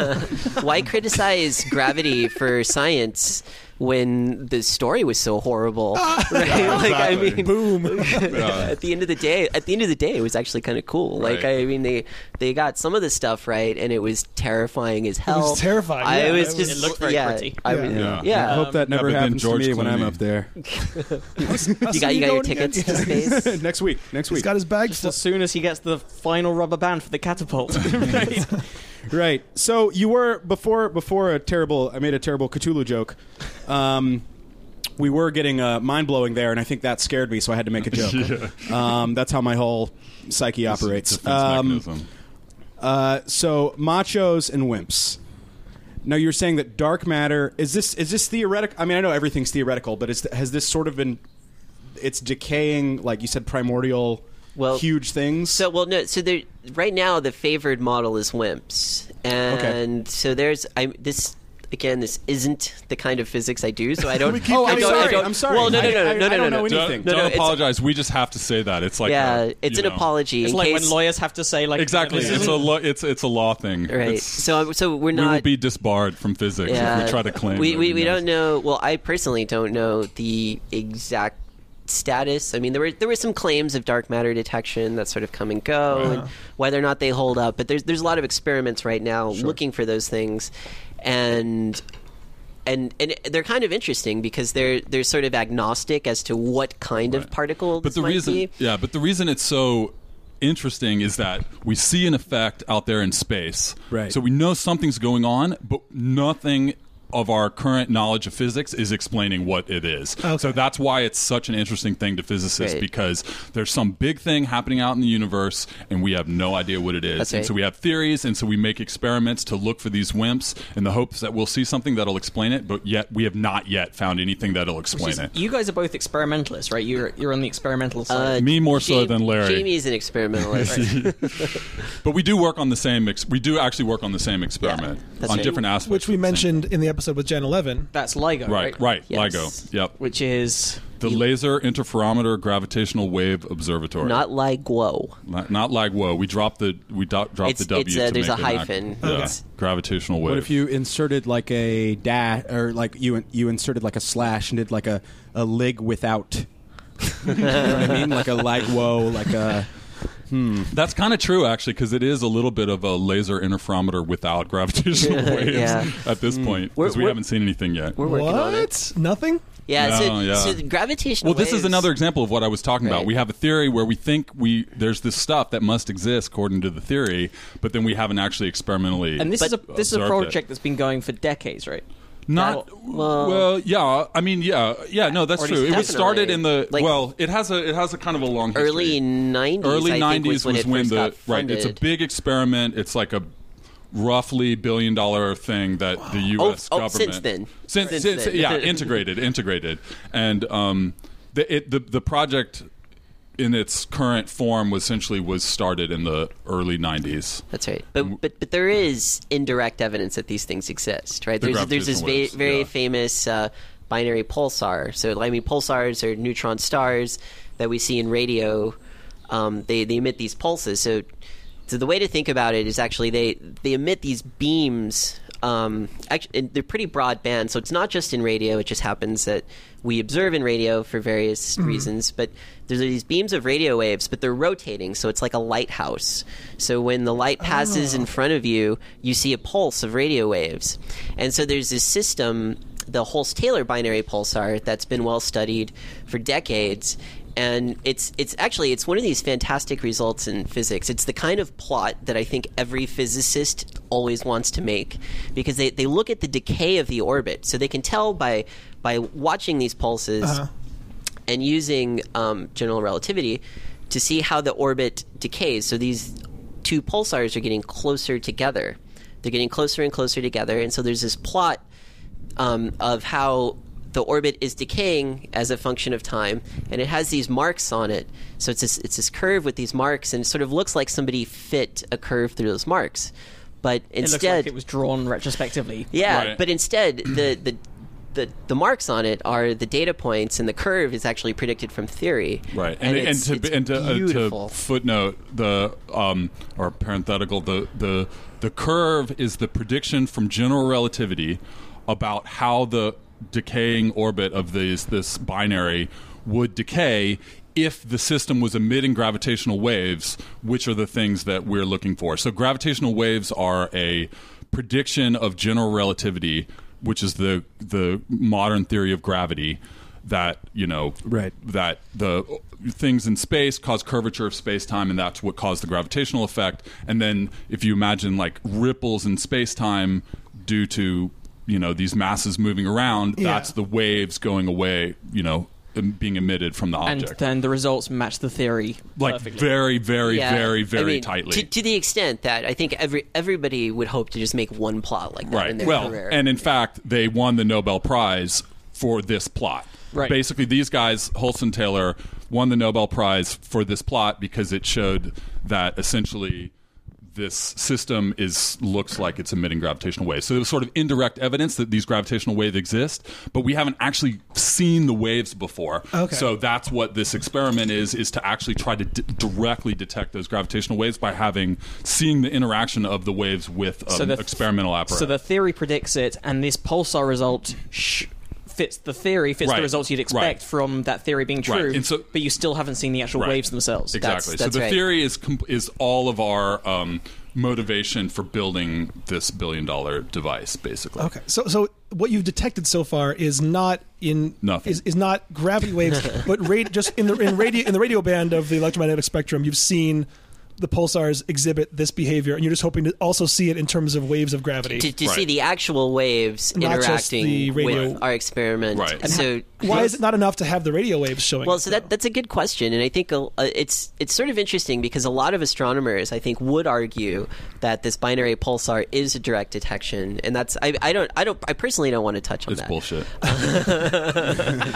why criticize gravity for science when the story was so horrible? Right? like I exactly. mean, Boom. Yeah. at the end of the day, at the end of the day, it was actually kind of cool. Like Right. I mean, they they got some of the stuff right, and it was terrifying as hell. terrifying, I yeah, was it just was- It looked very yeah, pretty. I Yeah. was- Yeah. yeah. I hope that never but then happens to George me when I'm Clooney. up there. You got you got your tickets to space. next week. Next He's week. got his bag Just full. as soon as he gets the final rubber band for the catapult, Right. Right. So you were before before a terrible. I made a terrible Cthulhu joke. Um, we were getting uh, mind blowing there, and I think that scared me, so I had to make a joke. um, that's how my whole psyche operates. Defense Um, mechanism. uh, so machos and wimps. Now you're saying that dark matter is this is this theoretical? I mean, I know everything's theoretical, but is, has this sort of been? It's decaying, like you said, primordial, Well, huge things. So well, no. So there, right now, the favored model is WIMPs, and so there's I this. Again, this isn't the kind of physics I do, so I don't. Oh, keep- I I'm don't, I sorry, don't, I'm sorry. Well, no, no, no, I- I- no, no, I don't no, know no. anything. Don't, No, no, don't it's- apologize. We just have to say that. It's like Yeah, a, it's you an know. apology. it's in like case, when lawyers have to say like Exactly. this It's isn't- a law. It's it's a law thing. Right. It's- So, so we're we not. will be disbarred from physics if yeah. we try to claim. We that we, we know. don't know. Well, I personally don't know the exact status. I mean, there were there were some claims of dark matter detection that sort of come and go, and whether or not they hold up. But there's there's a lot of experiments right now looking for those things, and and and they're kind of interesting because they're they're sort of agnostic as to what kind of particle. But this the might reason, be. yeah, but the reason it's so interesting is that we see an effect out there in space. Right. So we know something's going on, but nothing of our current knowledge of physics is explaining what it is. So that's why it's such an interesting thing to physicists Right. because there's some big thing happening out in the universe and we have no idea what it is. That's And right. so we have theories and so we make experiments to look for these wimps in the hopes that we'll see something that'll explain it, but yet we have not yet found anything that'll explain it. You guys are both experimentalists, right? You're you're on the experimental Uh, side. Me more so Jamie- than Larry. Jamie's an experimentalist. But we do work on the same. Ex- we do actually work on the same experiment that's on right. different aspects, Which we of the same- mentioned in the episode with Jan 11. That's LIGO, right? Right, right. Yes. LIGO. Yep. Which is The Laser Interferometer Gravitational Wave Observatory. Not like whoa. Not, not like whoa. We dropped the we do, dropped It's- the W. it's a- to there's make a it an hyphen. yeah. Okay. Gravitational wave. What if you inserted like a dash, or like you you inserted like a slash and did like a a lig without? you know what I mean? Like a like whoa, like a That's kind of true, actually, because it is a little bit of a laser interferometer without gravitational Yeah, waves yeah. Mm. at this point, We're- because we we're- haven't seen anything yet. We're working on it. What? Nothing? Yeah, so, No, yeah. so the gravitational. Well, this is waves- another example of what I was talking about. Right. We have a theory where we think we there's this stuff that must exist according to the theory, but then we haven't actually experimentally. and this But- is a this is a observed project it. that's been going for decades, right? Not Well- well, uh, yeah. I mean, yeah, yeah. No, that's Or at true. least It was started definitely, in the like- well. It has a it has a kind of a long history. early '90s. early I think, 90s was when, it first the got right it's a funded. big experiment it's like a roughly billion dollar thing that the US Oh, oh, government since then. since, Since since- then. yeah integrated integrated and um the it, the the project in its current form was essentially was started in the early 90s That's right. But but but there is indirect evidence that these things exist, right? The there's there's this gravitational va- waves, very yeah. famous uh, binary pulsar. So I mean, pulsars are neutron stars that we see in radio. Um, they they emit these pulses. So so the way to think about it is actually they they emit these beams. Um, actually, they're pretty broadband, so it's not just in radio. It just happens that we observe in radio for various Hmm. reasons. But there's these beams of radio waves, but they're rotating, so it's like a lighthouse. So when the light passes in front of you, you see a pulse of radio waves, and so there's this system, the Holst-Taylor binary pulsar, that's been well studied for decades, and it's it's actually it's one of these fantastic results in physics. It's the kind of plot that I think every physicist always wants to make because they, they look at the decay of the orbit, so they can tell by by watching these pulses and using um, general relativity to see how the orbit decays. So these two pulsars are getting closer together. They're getting closer and closer together, and so there's this plot um, of how the orbit is decaying as a function of time, and it has these marks on it. So it's this, it's this curve with these marks, and it sort of looks like somebody fit a curve through those marks. But It looks instead, like it was drawn retrospectively. yeah, Right. but instead the the the, the marks on it are the data points, and the curve is actually predicted from theory. Right, and and, it's- to it's and to, uh, beautiful. to footnote the um or parenthetical the the the curve is the prediction from general relativity about how the decaying orbit of these this binary would decay if the system was emitting gravitational waves, which are the things that we're looking for. So gravitational waves are a prediction of general relativity, which is the the modern theory of gravity that you know Right. that the things in space cause curvature of space time, and that's what caused the gravitational effect. And then if you imagine like ripples in space time due to you know these masses moving around, Yeah. that's the waves going away. You know. em- Being emitted from the And object, then the results match the theory. like very, very, Yeah, very, I very mean, tightly. to, to the extent that I think every everybody would hope to just make one plot like that right. in their Well, career. and in fact, they won the Nobel Prize for this plot. Right. Basically, these guys, Holson Taylor, won the Nobel Prize for this plot because it showed that essentially this system is looks like it's emitting gravitational waves. So it was sort of indirect evidence that these gravitational waves exist, but we haven't actually seen the waves before. Okay. So that's what this experiment is is to actually try to d- directly detect those gravitational waves by having seeing the interaction of the waves with um, So the- experimental apparatus. So the theory predicts it, and this pulsar result sh- fits the theory, fits Right. the results you'd expect Right. from that theory being Right. true. And so- but you still haven't seen the actual Right. waves themselves. Exactly. that's so the right. theory is com- is all of our um, motivation for building this billion dollar device, basically. Okay. So so what you've detected so far is not in Nothing. is, is not gravity waves, but ra- just in the in radio in the radio band of the electromagnetic spectrum, you've seen the pulsars exhibit this behavior, and you're just hoping to also see it in terms of waves of gravity. to, to Right. see the actual waves Not just the interacting radio- with our experiment. Right. And So Why is it not enough to have the radio waves showing? Well, it, so that though? that's a good question, and I think uh, it's it's sort of interesting because a lot of astronomers, I think, would argue that this binary pulsar is a direct detection, and that's I, I don't I don't I personally don't want to touch on It's that. bullshit.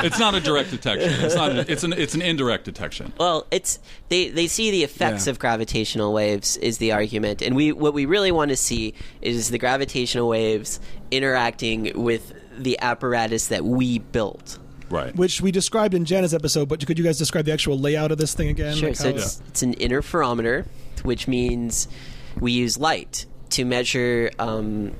it's not a direct detection. It's not. A, it's an. It's an indirect detection. Well, it's they they see the effects Yeah. of gravitational waves is the argument, and we what we really want to see is the gravitational waves interacting with the apparatus that we built. Right. which we described in Jana's episode, but could you guys describe the actual layout of this thing again? Sure. Like so how it's, it's an interferometer, which means we use light to measure um,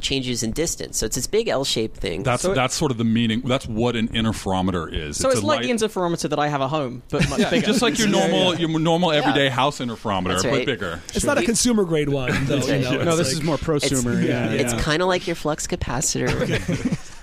changes in distance. So it's this big L-shaped thing. that's So it- that's sort of the meaning. That's what an interferometer is. So it's, a like light- the interferometer that I have at home, but much Yeah, bigger. just like your normal your normal everyday house interferometer, That's but right. bigger. it's not a consumer grade one, though. That's right. you know, no, it's this like- is more prosumer. yeah, It's yeah. kind of like your flux capacitor.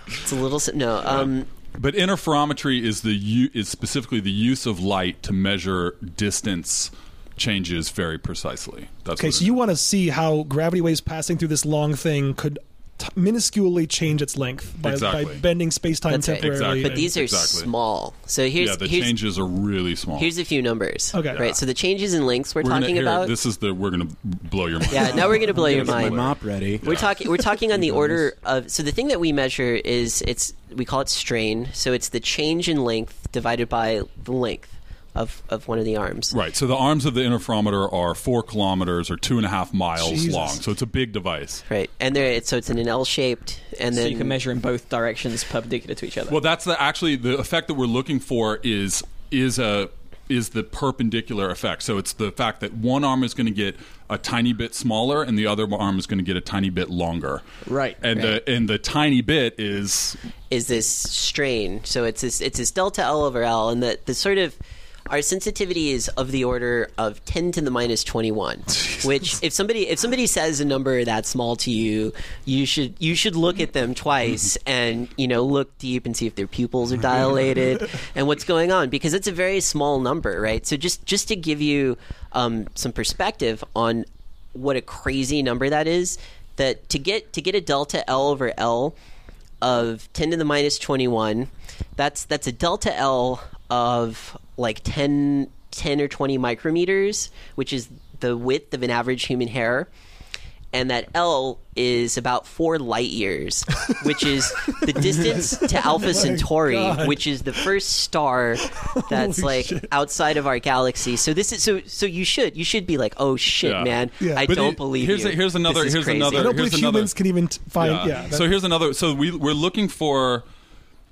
it's a little s- no. Um, But interferometry is the u- is specifically the use of light to measure distance changes very precisely. That's Okay, what so it- you want to see how gravity waves passing through this long thing could t- minusculely change its length by, by Exactly. bending space time That's right. temporarily. Exactly. but these are Exactly. small. So here's yeah, the here's changes are really small. here's a few numbers. Okay. right. So the changes in lengths we're, we're talking gonna, here, about. this is the we're gonna blow your mind. yeah, now we're gonna blow your Here's my mind. mom. mop ready. We're talking. We're talking on the order of. So the thing that we measure is it's we call it strain. So it's the change in length divided by the length of of one of the arms. Right, so the arms of the interferometer are four kilometers or two and a half miles Jesus. long, so it's a big device. Right. And there, it's, so it's in an L shaped, and so then you can measure in both directions perpendicular to each other. Well, that's the actually the effect that we're looking for is is a is the perpendicular effect. So it's the fact that one arm is going to get a tiny bit smaller and the other arm is going to get a tiny bit longer. Right, And right. the and the tiny bit is is this strain. So it's this it's this delta L over L, and the the sort of our sensitivity is of the order of ten to the minus twenty one. Which if somebody if somebody says a number that small to you, you should you should look at them twice and you know look deep and see if their pupils are dilated and what's going on because it's a very small number, right? So just just to give you um, some perspective on what a crazy number that is. That to get to get a delta L over L, of 10 to the minus 21 that's that's a delta l of like 10 10 or 20 micrometers which is the width of an average human hair and that l is about 4 light years which is the distance to alpha centauri God. which is the first star that's Holy like shit. outside of our galaxy so this is so so you should you should be like oh shit Yeah. man Yeah. i But don't it- believe here's you a- here's This another- is here's crazy. another- I don't Here's believe humans another- can even t- find. Yeah. that- so here's another. So we we're looking for.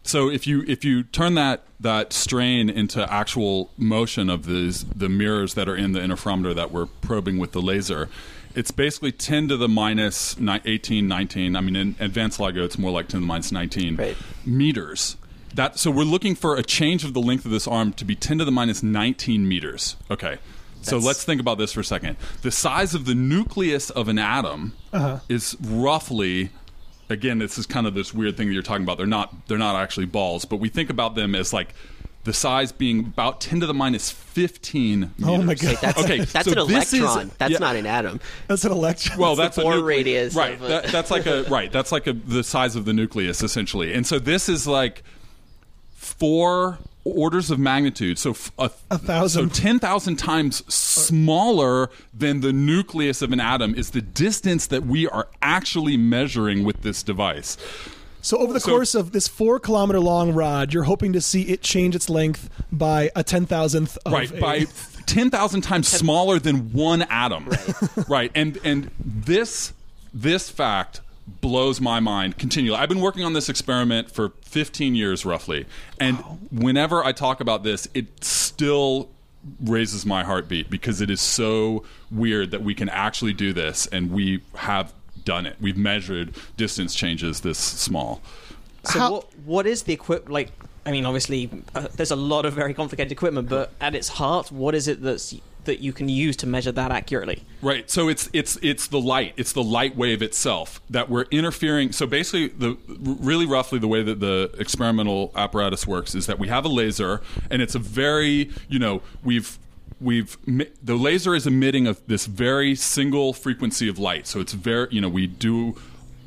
So if you if you turn that that strain into actual motion of these the mirrors that are in the interferometer that we're probing with the laser, it's basically 10 to the minus ni- 18, 19. I mean, in advanced LIGO, it's more like 10 to the minus 19 Right. meters. That so we're looking for a change of the length of this arm to be 10 to the minus 19 meters. Okay. So let's think about this for a second. The size of the nucleus of an atom Uh-huh. is roughly again this is kind of this weird thing that you're talking about. They're not they're not actually balls, but we think about them as like the size being about 10 to the minus 15 Oh my meters. God. That's, okay, that's so an this is- electron. that's yeah. not an atom. That's an electron. Well, that's That's the a Bohr nucleus- radius right? of a- that- that's like a right. That's like a, the size of the nucleus essentially, and so this is like four orders of magnitude. So f- a, A thousand. so ten thousand times smaller than the nucleus of an atom is the distance that we are actually measuring with this device. So over the So- course of this four kilometer long rod, you're hoping to see it change its length by a ten thousandth of right a- by 10,000 times smaller than one atom right, and and this this fact blows my mind continually i've been working on this experiment for 15 years roughly and whenever i talk about this it still raises my heartbeat because it is so weird that we can actually do this and we have done it we've measured distance changes this small So How- what what is the equip like? I mean, obviously, uh, there's a lot of very complicated equipment, but at its heart, what is it that's that you can use to measure that accurately? Right. So it's it's it's the light. It's the light wave itself that we're interfering. So basically, the really roughly the way that the experimental apparatus works is that we have a laser, and it's a very you know we've we've mi- the laser is emitting of this very single frequency of light. So it's very you know we do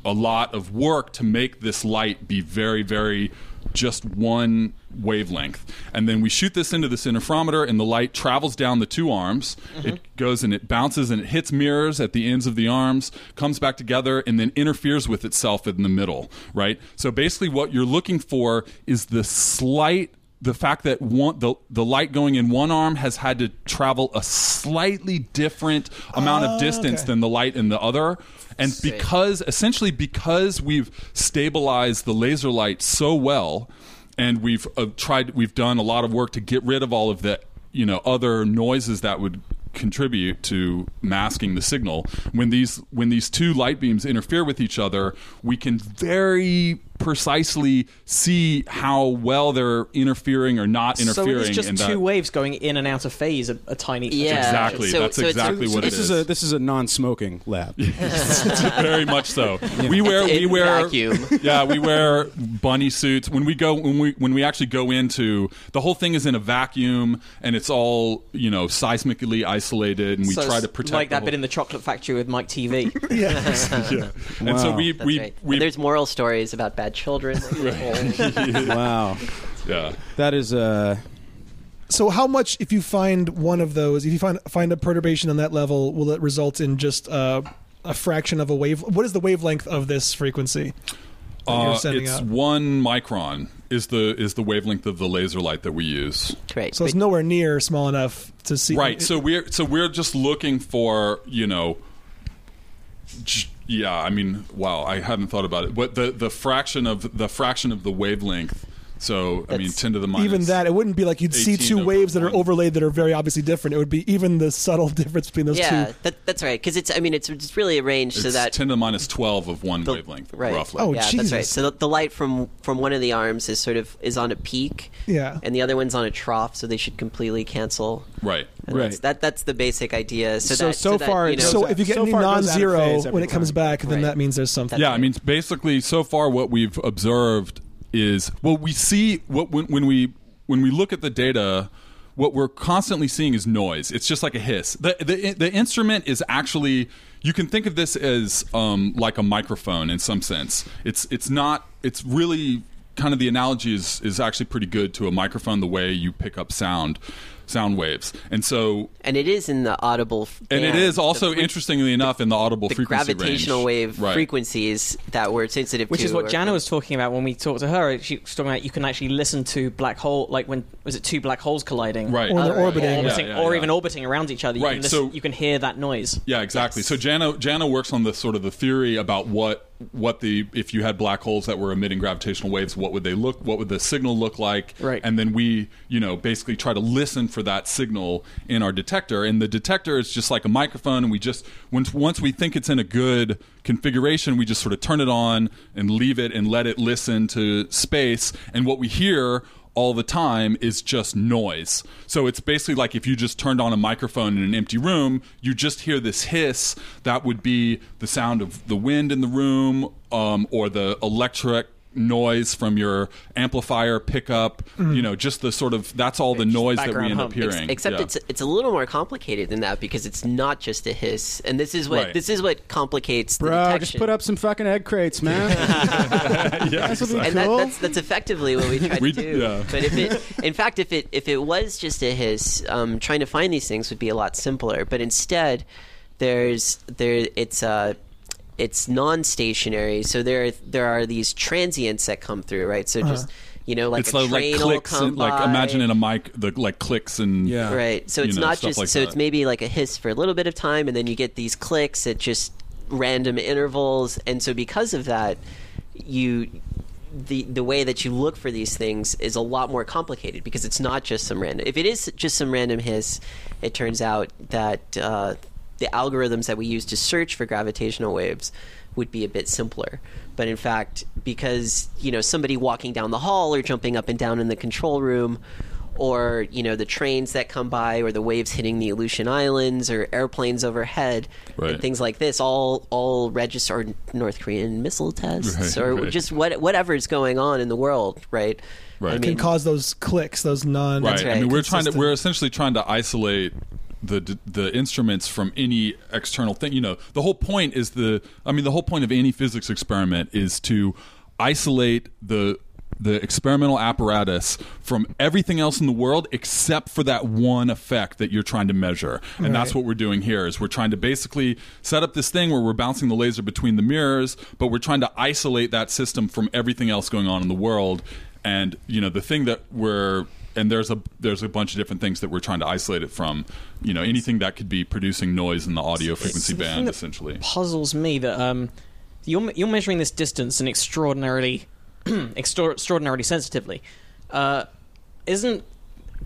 a lot of work to make this light be very, very just one wavelength. And then we shoot this into this interferometer, and the light travels down the two arms. It goes and it bounces and it hits mirrors at the ends of the arms, comes back together, and then interferes with itself in the middle, right? So basically, what you're looking for is the slight the fact that one the the light going in one arm has had to travel a slightly different amount Oh, of distance okay. than the light in the other and Sick. because essentially because we've stabilized the laser light so well and we've uh, tried we've done a lot of work to get rid of all of the you know other noises that would contribute to masking the signal when these when these two light beams interfere with each other we can very precisely see how well they're interfering or not So interfering it's just two and that- waves going in and out of phase a, a tiny Yeah. exactly So- that's so it's- exactly so what this it is. is, a this is a non-smoking lab. very much so we wear It's we in wear vacuum. yeah, we wear bunny suits when we go when we when we actually go into the whole thing is in a vacuum and it's all you know seismically isolated and we So try it's to protect like that the bit in whole- the chocolate factory with Mike TV. Yeah. and so Wow. we That's we, right. And we there's moral stories about bad children. wow, yeah that is uh, so how much if you find one of those, if you find find a perturbation on that level, will it result in just uh, a fraction of a wave? What is the wavelength of this frequency? that you're Uh, sending it's out? one micron is the is the wavelength of the laser light that we use right. So it's but- nowhere near small enough to see. right so we're so we're just looking for you know j- yeah i mean wow i hadn't thought about it but the the fraction of the fraction of the wavelength so i mean That's- 10 to the minus even that, it wouldn't be like you'd see 18 two over waves that are one. overlaid that are very obviously different. It would be even the subtle difference between those yeah, two. that, that's right. Because it's, I mean, it's, it's really arranged so It's that 10 to the minus 12 of one the- wavelength right. roughly Oh, yeah, Jesus. that's right. So the, the light from from one of the arms is sort of is on a peak, Yeah. and the other one's on a trough, so they should completely cancel. right And that's- Right. that that's the basic idea. So So, that, so that, far you know, it's- So if you get So any far it goes out of non-zero phase every when it comes time. back, then Right. that means there's something. yeah i mean basically so far what we've observed is well we see what when, when we when we look at the data what we're constantly seeing is noise it's just like a hiss the the, the instrument is actually you can think of this as um, like a microphone in some sense it's it's not it's really kind of the analogy is is actually pretty good to a microphone the way you pick up sound sound waves and so and it is in the audible, f- and it band, is the also fre- interestingly enough in the audible the frequency gravitational range. wave Right. frequencies that we're sensitive Which to. is what are- Jana was talking about when we talked to her. She was talking about you can actually listen to black hole, like when was it two black holes colliding, Right. Or Oh, they're right, yeah, orbiting. yeah, Orbiting- yeah, or yeah. even orbiting around each other. You Right, Can listen, so- you can hear that noise. Yeah, exactly. So Jana Jana works on the sort of the theory about what what the if you had black holes that were emitting gravitational waves, what would they look? What would the signal look like? Right. And then we, you know, basically try to listen for that signal in our detector, and the detector is just like a microphone, and we just once once we think it's in a good configuration, we just sort of turn it on and leave it and let it listen to space, and what we hear all the time is just noise. So it's basically like if you just turned on a microphone in an empty room, you just hear this hiss. That would be the sound of the wind in the room um, or the electric noise from your amplifier pickup. You know, just the sort of that's all the noise that we background end hum. up Ex- hearing. Except Yeah. it's it's a little more complicated than that because it's not just a hiss, and this is what Right. this is what complicates the bro. detection. Just put up some fucking egg crates, man. yeah, This will be exactly. and cool. that, that's that's effectively what we try We- to do. yeah. But if it, in fact, if it if it was just a hiss, um, trying to find these things would be a lot simpler. But instead, there's there it's uh, it's non-stationary, so there there are these transients that come through, right? So Uh-huh. just you know, like it's a like, train like will clicks come and like by. imagine in a mic the like clicks and Yeah. Right. So you it's know, not stuff just like so it's that. maybe like a hiss for a little bit of time and then you get these clicks at just random intervals and so because of that you the the way that you look for these things is a lot more complicated because it's not just some random if it is just some random hiss it turns out that uh, the algorithms that we use to search for gravitational waves would be a bit simpler but in fact because you know somebody walking down the hall or jumping up and down in the control room or you know the trains that come by or the waves hitting the Aleutian Islands or airplanes overhead Right. and things like this all all register or North Korean missile tests Right, or right. just what whatever is going on in the world right Right. I Can can mean, cause those clicks, those non. right. right. I mean, we're trying to Consistent. we're essentially trying to isolate the the instruments from any external thing. You know, the whole point is the I mean, the whole point of any physics experiment is to isolate the the experimental apparatus from everything else in the world except for that one effect that you're trying to measure. And that's Right. what we're doing here is we're trying to basically set up this thing where we're bouncing the laser between the mirrors, but we're trying to isolate that system from everything else going on in the world and you know the thing that we're and there's a there's a bunch of different things that we're trying to isolate it from. You know anything that could be producing noise in the audio frequency the thing band, that essentially. puzzles me that um, you're me- you're measuring this distance in extraordinarily extra- extraordinarily sensitively. Uh, isn't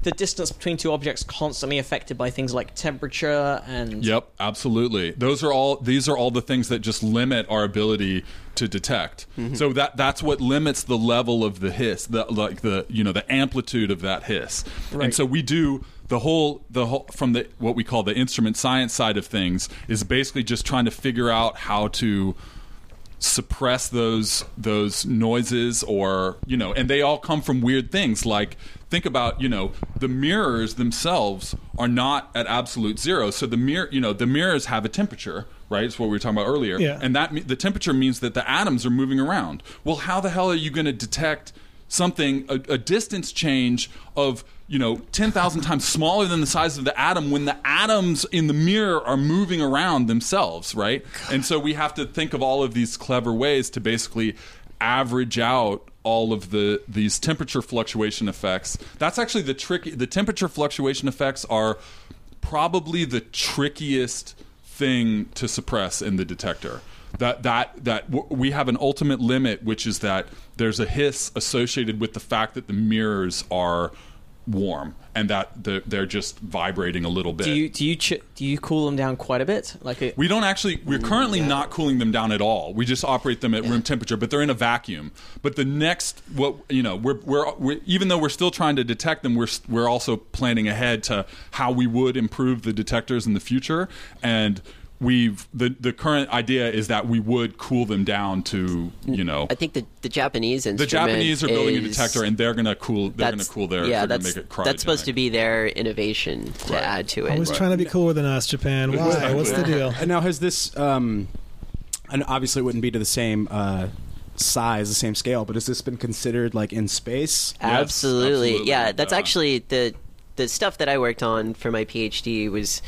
the distance between two objects constantly affected by things like temperature and Yep, absolutely. Those are all these are all the things that just limit our ability to detect. Mm-hmm. So that that's what limits the level of the hiss, the like the you know the amplitude of that hiss. Right. And so we do the whole the whole from the what we call the instrument science side of things is basically just trying to figure out how to suppress those those noises or you know and they all come from weird things like think about you know the mirrors themselves are not at absolute zero so the mirror you know the mirrors have a temperature right it's what we were talking about earlier Yeah. and that me- the temperature means that the atoms are moving around well how the hell are you going to detect something a, a distance change of you know 10,000 times smaller than the size of the atom when the atoms in the mirror are moving around themselves right and so we have to think of all of these clever ways to basically average out all of the these temperature fluctuation effects that's actually the tricky the temperature fluctuation effects are probably the trickiest thing to suppress in the detector. That that that w- we have an ultimate limit, which is that there's a hiss associated with the fact that the mirrors are warm and that the, they're just vibrating a little bit. do you do you ch- do you cool them down quite a bit? Like a, we don't actually. Mm, We're currently not cooling them down at all. We just operate them at room temperature, but they're in a vacuum. But the next, what you know, we're, we're we're even though we're still trying to detect them, we're s- we're also planning ahead to how we would improve the detectors in the future. And we've the the current idea is that we would cool them down to you know Mm, I think the the Japanese the instrument. Japanese are building a is- detector and they're gonna cool they're gonna that's- cool their Yeah, they're gonna that's make it cryogenic. that's supposed to be their innovation to Right. add to it. Always trying to be cooler than us, Japan. Why? Exactly. What's the deal? And now has this, um, and obviously it wouldn't be to the same uh, size, the same scale, but has this been considered like in space? absolutely. absolutely, yeah that's yeah. actually the the stuff that i worked on for my phd was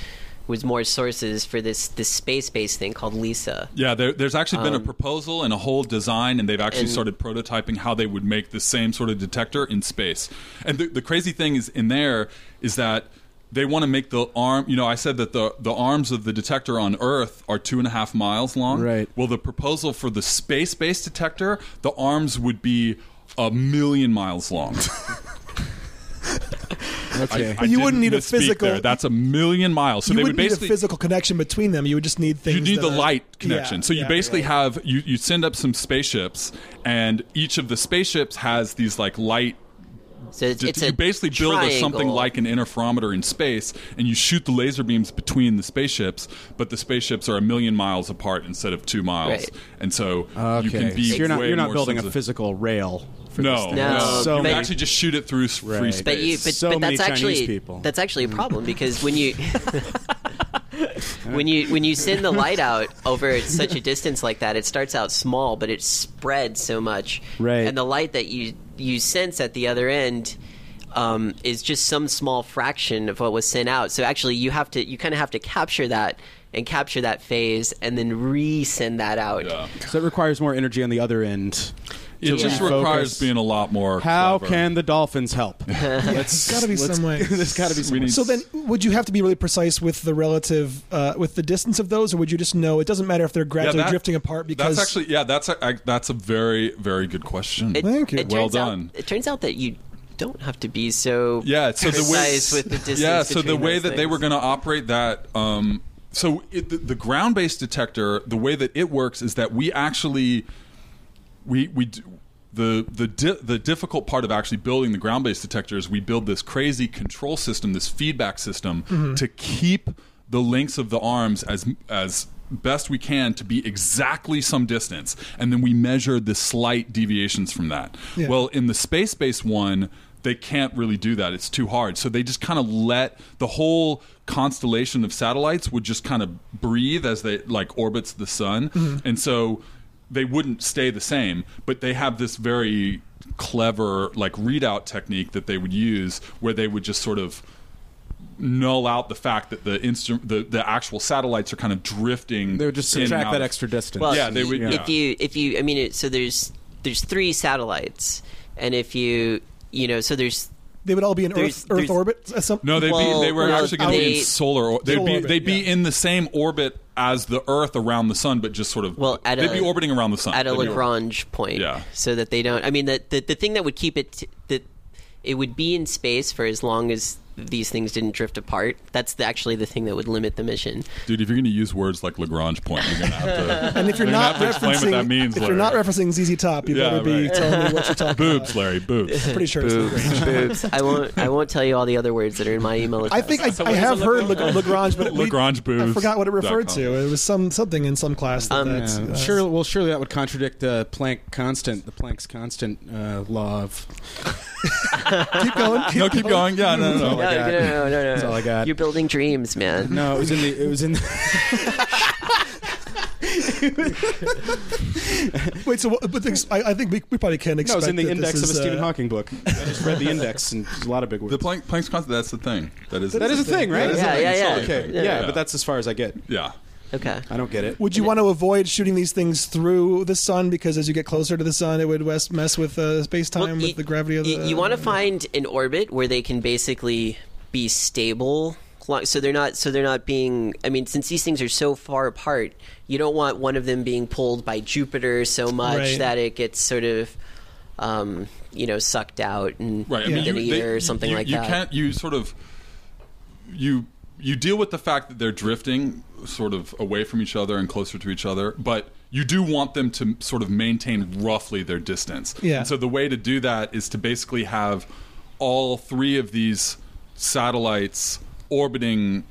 was more sources for this this space based thing called lisa Yeah, there, there's actually Um, been a proposal and a whole design, and they've actually and- started prototyping how they would make the same sort of detector in space. And the, the crazy thing is in there is that they want to make the arm. You know, I said that the the arms of the detector on Earth are two and a half miles long. Right. Well, the proposal for the space based detector, the arms would be a million miles long. Okay. I You wouldn't didn't need a misspeak physical- There. That's a million miles. So you they wouldn't would need a basically physical connection between them. You would just need things. you need that the are- light connection. Yeah, so you yeah. basically have you, you send up some spaceships, and each of the spaceships has these like light. so it's, it's you a basically build a, something triangle. like an interferometer in space, and you shoot the laser beams between the spaceships. But the spaceships are a million miles apart instead of two miles, Right. and so Okay. you can be. so you're not way you're not more building a sensitive. physical rail. For this No, thing. No, So you but- actually just shoot it through s- free Right. space. But but you but, So but many that's Chinese actually people. that's actually a problem because when you when you when you send the light out over such a distance like that it starts out small but it spreads so much Right. and the light that you you sense at the other end um, is just some small fraction of what was sent out so actually you have to you kind of have to capture that and capture that phase and then resend that out Yeah. So it requires more energy on the other end. it just refocus. requires being a lot more. How clever. can the dolphins help? Let's Gotta be let's- some way. There's got to be We some need So then, would you have to be really precise with the relative, uh, with the distance of those, or would you just know it doesn't matter if they're gradually that- drifting apart because that's actually yeah that's a, I, that's a very very good question. It- Thank you. it Well turns out- done. it turns out that you don't have to be so Yeah, so the way precise with the distance yeah, so the between way those that they were things. going to operate that. Um, so it, the, the ground-based detector, the way that it works is that we actually we we d the the di- the difficult part of actually building the ground-based detector is we build this crazy control system, this feedback system to keep the lengths of the arms as as best we can to be exactly some distance and then we measure the slight deviations from that. Yeah. Well, in the space based one, they can't really do that. It's too hard. So they just kind of let the whole constellation of satellites would just kind of breathe as they like orbits the sun. Mm-hmm. And so they wouldn't stay the same, but they have this very clever like readout technique that they would use where they would just sort of null out the fact that the instrument the, the actual satellites are kind of drifting They would just in and subtract out that of- extra distance. Well, Yeah, they would- If yeah. you if you, I mean, it, so there's there's three satellites, and if you you know so there's They would all be in There's- Earth, Earth there's- orbit. at Some, No, they'd Well, be, they were well, actually going to be they- in solar. Or, they'd Solar be orbit, they'd be yeah. in the same orbit as the Earth around the sun, but just sort of Well, at they'd a- be orbiting around the sun at a They'd be orbiting- Lagrange point. Yeah. So that they don't. I mean, the the, the thing that would keep it t- that it would be in space for as long as these things didn't drift apart. That's the, actually the thing that would limit the mission. Dude, if you're going to use words like Lagrange point, you're going to have to. and if you're you're gonna not have to referencing, explain what that means if you're not later. referencing ZZ Top, you Yeah, better be right. telling me what you're talking boobs, about. Larry, boobs. Pretty sure it's Lagrange. I won't. I won't tell you all the other words that are in my email. I Address. think I, I what is have a heard Lagrange? Lag- Lagrange, but we- Lagrange I boobs forgot what it referred dot com. to. It was some something in some class. That Um, that's, uh, Yeah. that's- Sure, well, uh, surely that would contradict the Planck constant, the Planck's constant uh, law of. Keep going. Keep No, keep going. Yeah, no, no, No, no. I Oh, no, got. no, no, no, no. That's all I got. You're building dreams, man. No, it was in the. It was in. The, Wait, so what, but things, I, I think we, we probably can no, it expect. was in the that this index of is, a Stephen uh, Hawking book. I just read the index, and there's a lot of big words. The Planck, Planck's constant. That's the thing. That is. that is a thing, right? That is a Yeah, thing. yeah, It's yeah. totally a Okay, thing. yeah, Yeah. but that's as far as I get. Yeah. Okay. I don't get it. Would you want to avoid shooting these things through the sun because as you get closer to the sun, it would wes- mess with uh, space time Well, with you- the gravity of the. you- You, want to find an orbit where they can basically be stable, lo- so they're not so they're not being. I mean, since these things are so far apart, you don't want one of them being pulled by Jupiter so much Right. that it gets sort of, um, you know, sucked out and right. I within mean, you, a they- year or something you- like you that. can't. You sort of you you deal with the fact that they're drifting sort of away from each other and closer to each other, but you do want them to sort of maintain roughly their distance. Yeah. And so the way to do that is to basically have all three of these satellites orbiting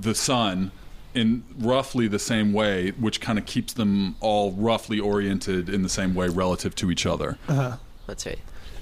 the sun in roughly the same way, which kind of keeps them all roughly oriented in the same way relative to each other. Uh, That's right.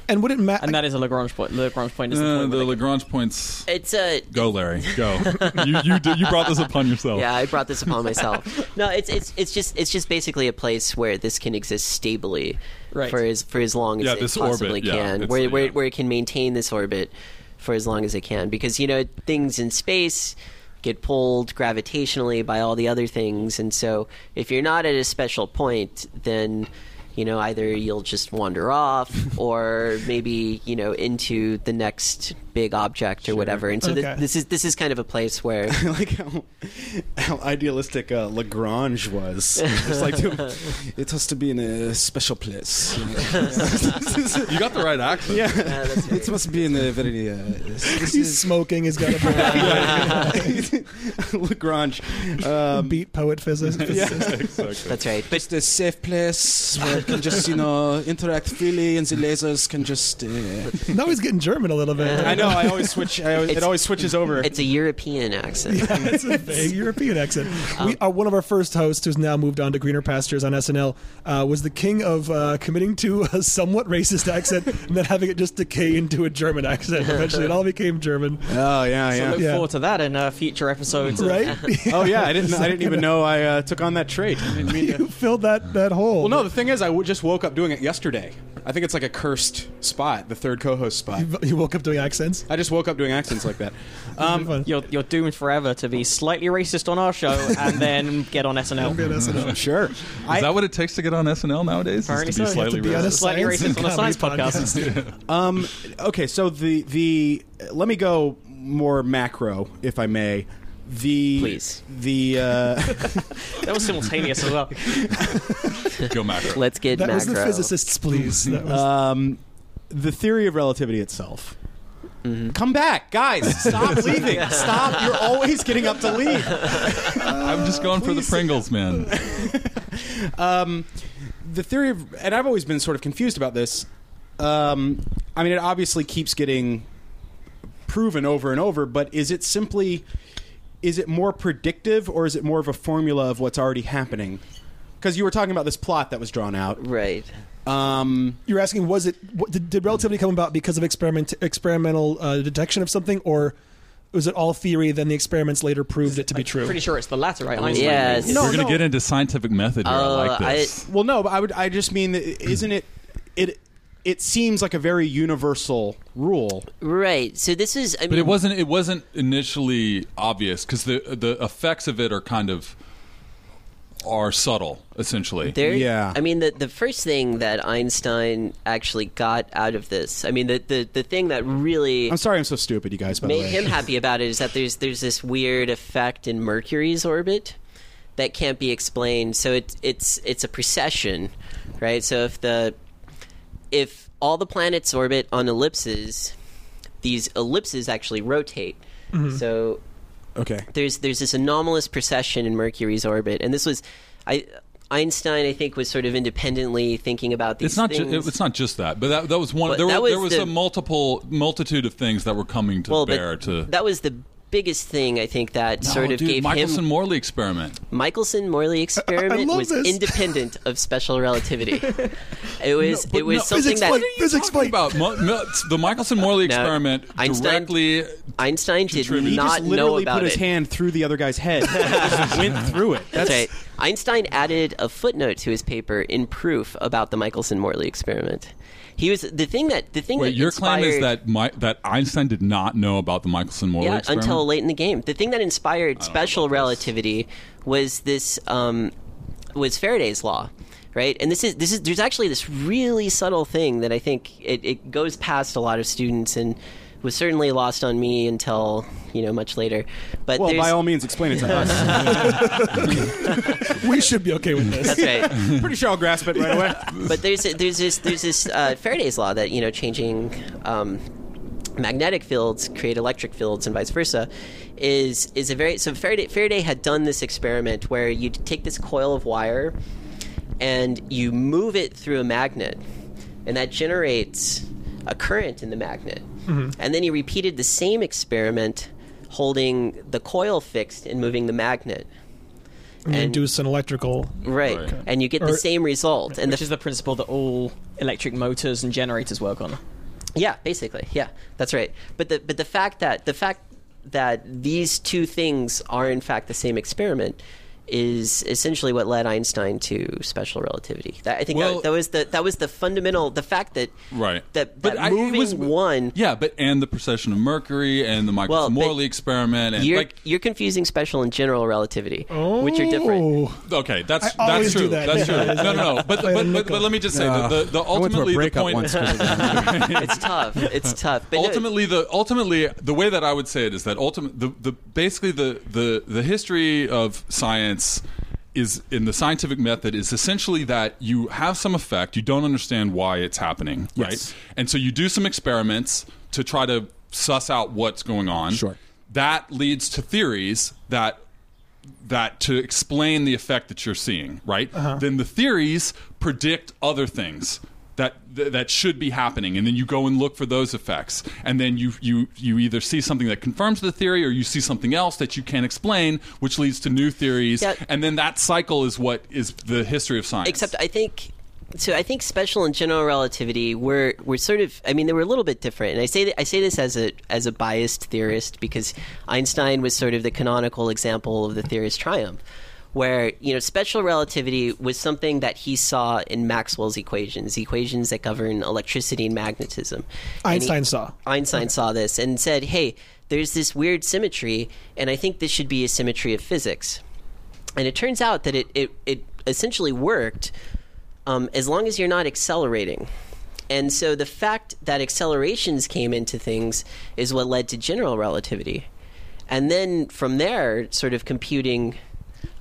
and would it matter? And that is a Lagrange point. Lagrange point is the Uh, point. the where they- Lagrange points. It's a Go, Larry. Go. you you did, you brought this upon yourself. Yeah, I brought this upon myself. no, it's it's it's just it's just basically a place where this can exist stably Right. for as for as long as Yeah, it this orbit, possibly yeah, can. it's- where where yeah. where it can maintain this orbit for as long as it can because you know things in space get pulled gravitationally by all the other things and so if you're not at a special point then you know either you'll just wander off or maybe you know into the next big object or whatever and so th- Okay. this is this is kind of a place where I like how, how idealistic uh, Lagrange was. It's like dude, it has to be in a special place. You got the right accent. yeah, that's it must be in a very. Uh, this He's is uh, smoking. He's got a Lagrange. Um, beat poet physicist. exactly. that's right it's the safe place where I can just you know interact freely, and the lasers can just. Uh, Now he's getting German a little bit. I know. I always switch. I always, it It's- always switches over. It's a European accent. it's a vague European accent. Um, we are one of our first hosts, who's now moved on to greener pastures on SNL, uh, was the king of uh, committing to a somewhat racist accent and then having it just decay into a German accent. Eventually, it all became German, Oh yeah, I yeah. look Yeah. forward to that in uh, future episodes. of- right? Oh yeah, I didn't. I didn't even know I uh, took on that trait. I didn't mean to. you filled that that hole. Well, no. The thing is, I w- just woke up doing it yesterday. I think it's like a cursed spot, the third co-host spot. you woke up doing accents. I just woke up doing accents like that. Um, Fun. You're, you're doomed forever to be slightly racist on our show and then get on SNL. sure. Is I, that what it takes to get on SNL nowadays? Is Apparently to be so. You have slightly to be racist? on a Slightly science racist and on a science comedy podcast. um, okay, so the the let me go more macro, if I may. The Please. the uh, that was simultaneous as well. Go macro. Let's get That macro. was the physicists, please. That was, um, the theory of relativity itself. Come back, guys! Stop leaving! Stop! You're always getting up to leave. I'm just going for the please. Pringles, man. um, the theory of, and I've always been sort of confused about this. Um, I mean, it obviously keeps getting proven over and over, but is it simply, is it more predictive or is it more of a formula of what's already happening? Because you were talking about this plot that was drawn out. Right. Um, you're asking, was it what, did, did relativity come about because of experiment experimental uh, detection of something, or was it all theory? Then the experiments later proved it to be true. Pretty sure it's the latter, right? Einstein. Yes. No, We're gonna no. get into scientific method here. I Uh, like this. well, no, but I would. I just mean, that isn't it? It it seems like a very universal rule. Right. So this is. I mean, but it wasn't. It wasn't initially obvious because the the effects of it are kind of are subtle, essentially. There, Yeah. I mean, the, the first thing that Einstein actually got out of this, I mean, the, the, the thing that really I'm sorry, I'm so stupid, you guys. By the made way, him happy about it is that there's there's this weird effect in Mercury's orbit that can't be explained. So it's it's it's a precession, right? So if the if all the planets orbit on ellipses, these ellipses actually rotate. So okay. there's there's this anomalous precession in Mercury's orbit, and this was, I Einstein I think was sort of independently thinking about these. it's not. Ju- things. it- it's not just that, but that, that was one. But There, that were, there was was the- a multiple multitude of things that were coming to well, bear but to that was the biggest thing I think that Oh, sort of dude, gave Michelson him Morley experiment. Michelson Morley experiment love was this. independent of special relativity. it was but it was no, something physics that like- physics Talking like about Mo- Mo- the Michelson Morley No, experiment Einstein- directly. Einstein did contributed. He He not just know literally about put it. his hand through the other guy's head. He just went through it. That's, That's right. Einstein added a footnote to his paper in proof about the Michelson-Morley experiment. He was the thing that the thing Wait, that your claim is inspired- that Mi- that Einstein did not know about the Michelson Morley yeah experiment until late in the game. The thing that inspired special relativity was this um, was Faraday's law, right? And this is this is there's actually this really subtle thing that I think it, it goes past a lot of students and was certainly lost on me until you know much later. But well, there's, by all means, explain it to us. we should be okay with this. that's right. Pretty sure I'll grasp it right away. but there's there's this there's this uh, Faraday's law that you know changing um, magnetic fields create electric fields and vice versa is is a very so Faraday Faraday had done this experiment where you take this coil of wire and you move it through a magnet and that generates a current in the magnet and then he repeated the same experiment holding the coil fixed and moving the magnet And induce an electrical. right, Right. and you get the Or- same result and the which is the principle that all electric motors and generators work on. Yeah, basically. Yeah, that's right. But the but the fact that the fact that these two things are in fact the same experiment is essentially what led Einstein to special relativity. That, I think Well- that, that was the that was the fundamental the fact that Right. that, But that I- it moving was- one Yeah, but and the precession of Mercury and the Michael Well, but Morley experiment and you're like you're confusing special and general relativity, which are different. Oh. okay, that's I always that's do true. that. That's Yeah. true. No, no, no. But I but, look but, but up. let me just say Uh, the, the, the I went through a ultimately the breakup point once 'cause of that. It's tough. It's tough. But no, ultimately the ultimately the way that I would say it is that ultimate the, the basically the, the the history of science is in the scientific method is essentially that you have some effect you don't understand why it's happening Yes. right and so you do some experiments to try to suss out what's going on Sure. that leads to theories that that to explain the effect that you're seeing, right? Then the theories predict other things that th- that should be happening, and then you go and look for those effects, and then you you you either see something that confirms the theory, or you see something else that you can't explain, which leads to new theories, Yeah. and then that cycle is what is the history of science. Except I think so. I think special and general relativity were were sort of. I mean, they were a little bit different. And I say that, I say this as a as a biased theorist because Einstein was sort of the canonical example of the theorist triumph, where you know special relativity was something that he saw in Maxwell's equations, equations that govern electricity and magnetism. And he- Einstein saw. Einstein saw this and said, "Hey, there's this weird symmetry, and I think this should be a symmetry of physics." And it turns out that it it, it essentially worked um, as long as you're not accelerating. And so the fact that accelerations came into things is what led to general relativity, and then from there, sort of computing.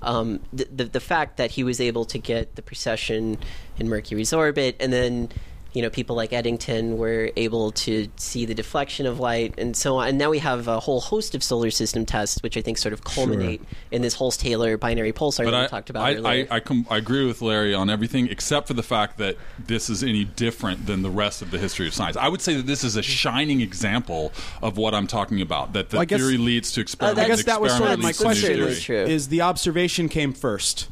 Um, the, the the fact that he was able to get the precession in Mercury's orbit, and then you know, people like Eddington were able to see the deflection of light and so on. And now we have a whole host of solar system tests, which I think sort of culminate in this Hulse Taylor binary pulsar that but we I, talked about I, earlier. I, I, com- I agree with Larry on everything except for the fact that this is any different than the rest of the history of science. I would say that this is a shining example of what I'm talking about. That the Well, I guess- theory leads to experiment. I guess that was sort of experiment my leads question: to new theory. That's true. is the observation came first?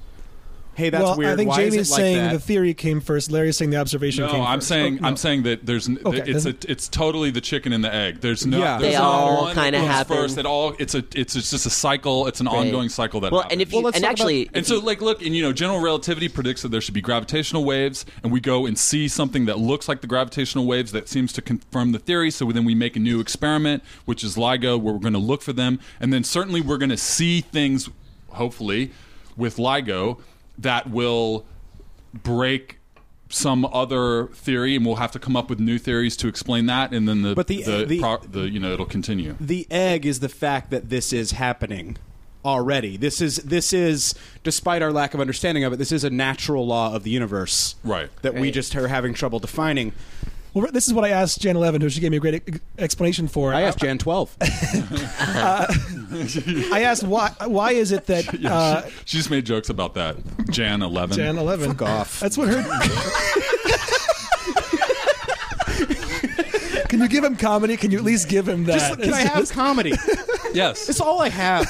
Hey, that's well, weird. I think Why Jamie's is it like saying that? the theory came first. Larry's saying the observation No, came I'm first. saying Oh, no. I'm saying that there's n Okay, it's a, doesn't- it's totally the chicken and the egg. There's no Yeah. there's They not all one that kinda comes happen. first. It all it's a it's, it's just a cycle. It's an Right. ongoing cycle that well, happens. and if you, Well, let's and talk about- actually, And if so, you- like, look, and you know, general relativity predicts that there should be gravitational waves, and we go and see something that looks like the gravitational waves that seems to confirm the theory. So then we make a new experiment, which is LIGO, where we're going to look for them, and then certainly we're going to see things, hopefully, with LIGO that will break some other theory, and we'll have to come up with new theories to explain that. And then the But the- the, the- pro- the you know it'll continue. the egg is the fact that this is happening already. This is this is despite our lack of understanding of it, this is a natural law of the universe. Right. That we Right. just are having trouble defining. Well, this is what I asked Jan Levin, who she gave me a great e- explanation for. I asked Jan 12. I asked why. Why is it that uh, she just made jokes about that. Jan eleven. Jan Eleven? Fuck off. That's what her. Can you give him comedy? Can you at least give him that? Just, can I have comedy? Yes. It's all I have.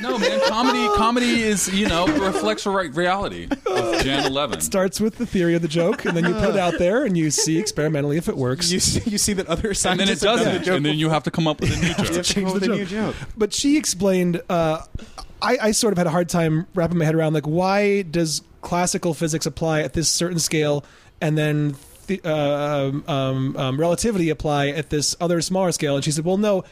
no man. Comedy. Comedy is you know reflects re- reality. of Jan eleven. starts with the theory of the joke, and then you put it out there, and you see experimentally if it works. You see, you see that other and then it scientists have done doesn't, the joke and then you have to come up with a new before. joke. They have come up with a new joke. But she explained. Uh, I, I sort of had a hard time wrapping my head around like why does classical physics apply at this certain scale, and then the, uh, um, um, um, relativity apply at this other smaller scale? And she said, well, no,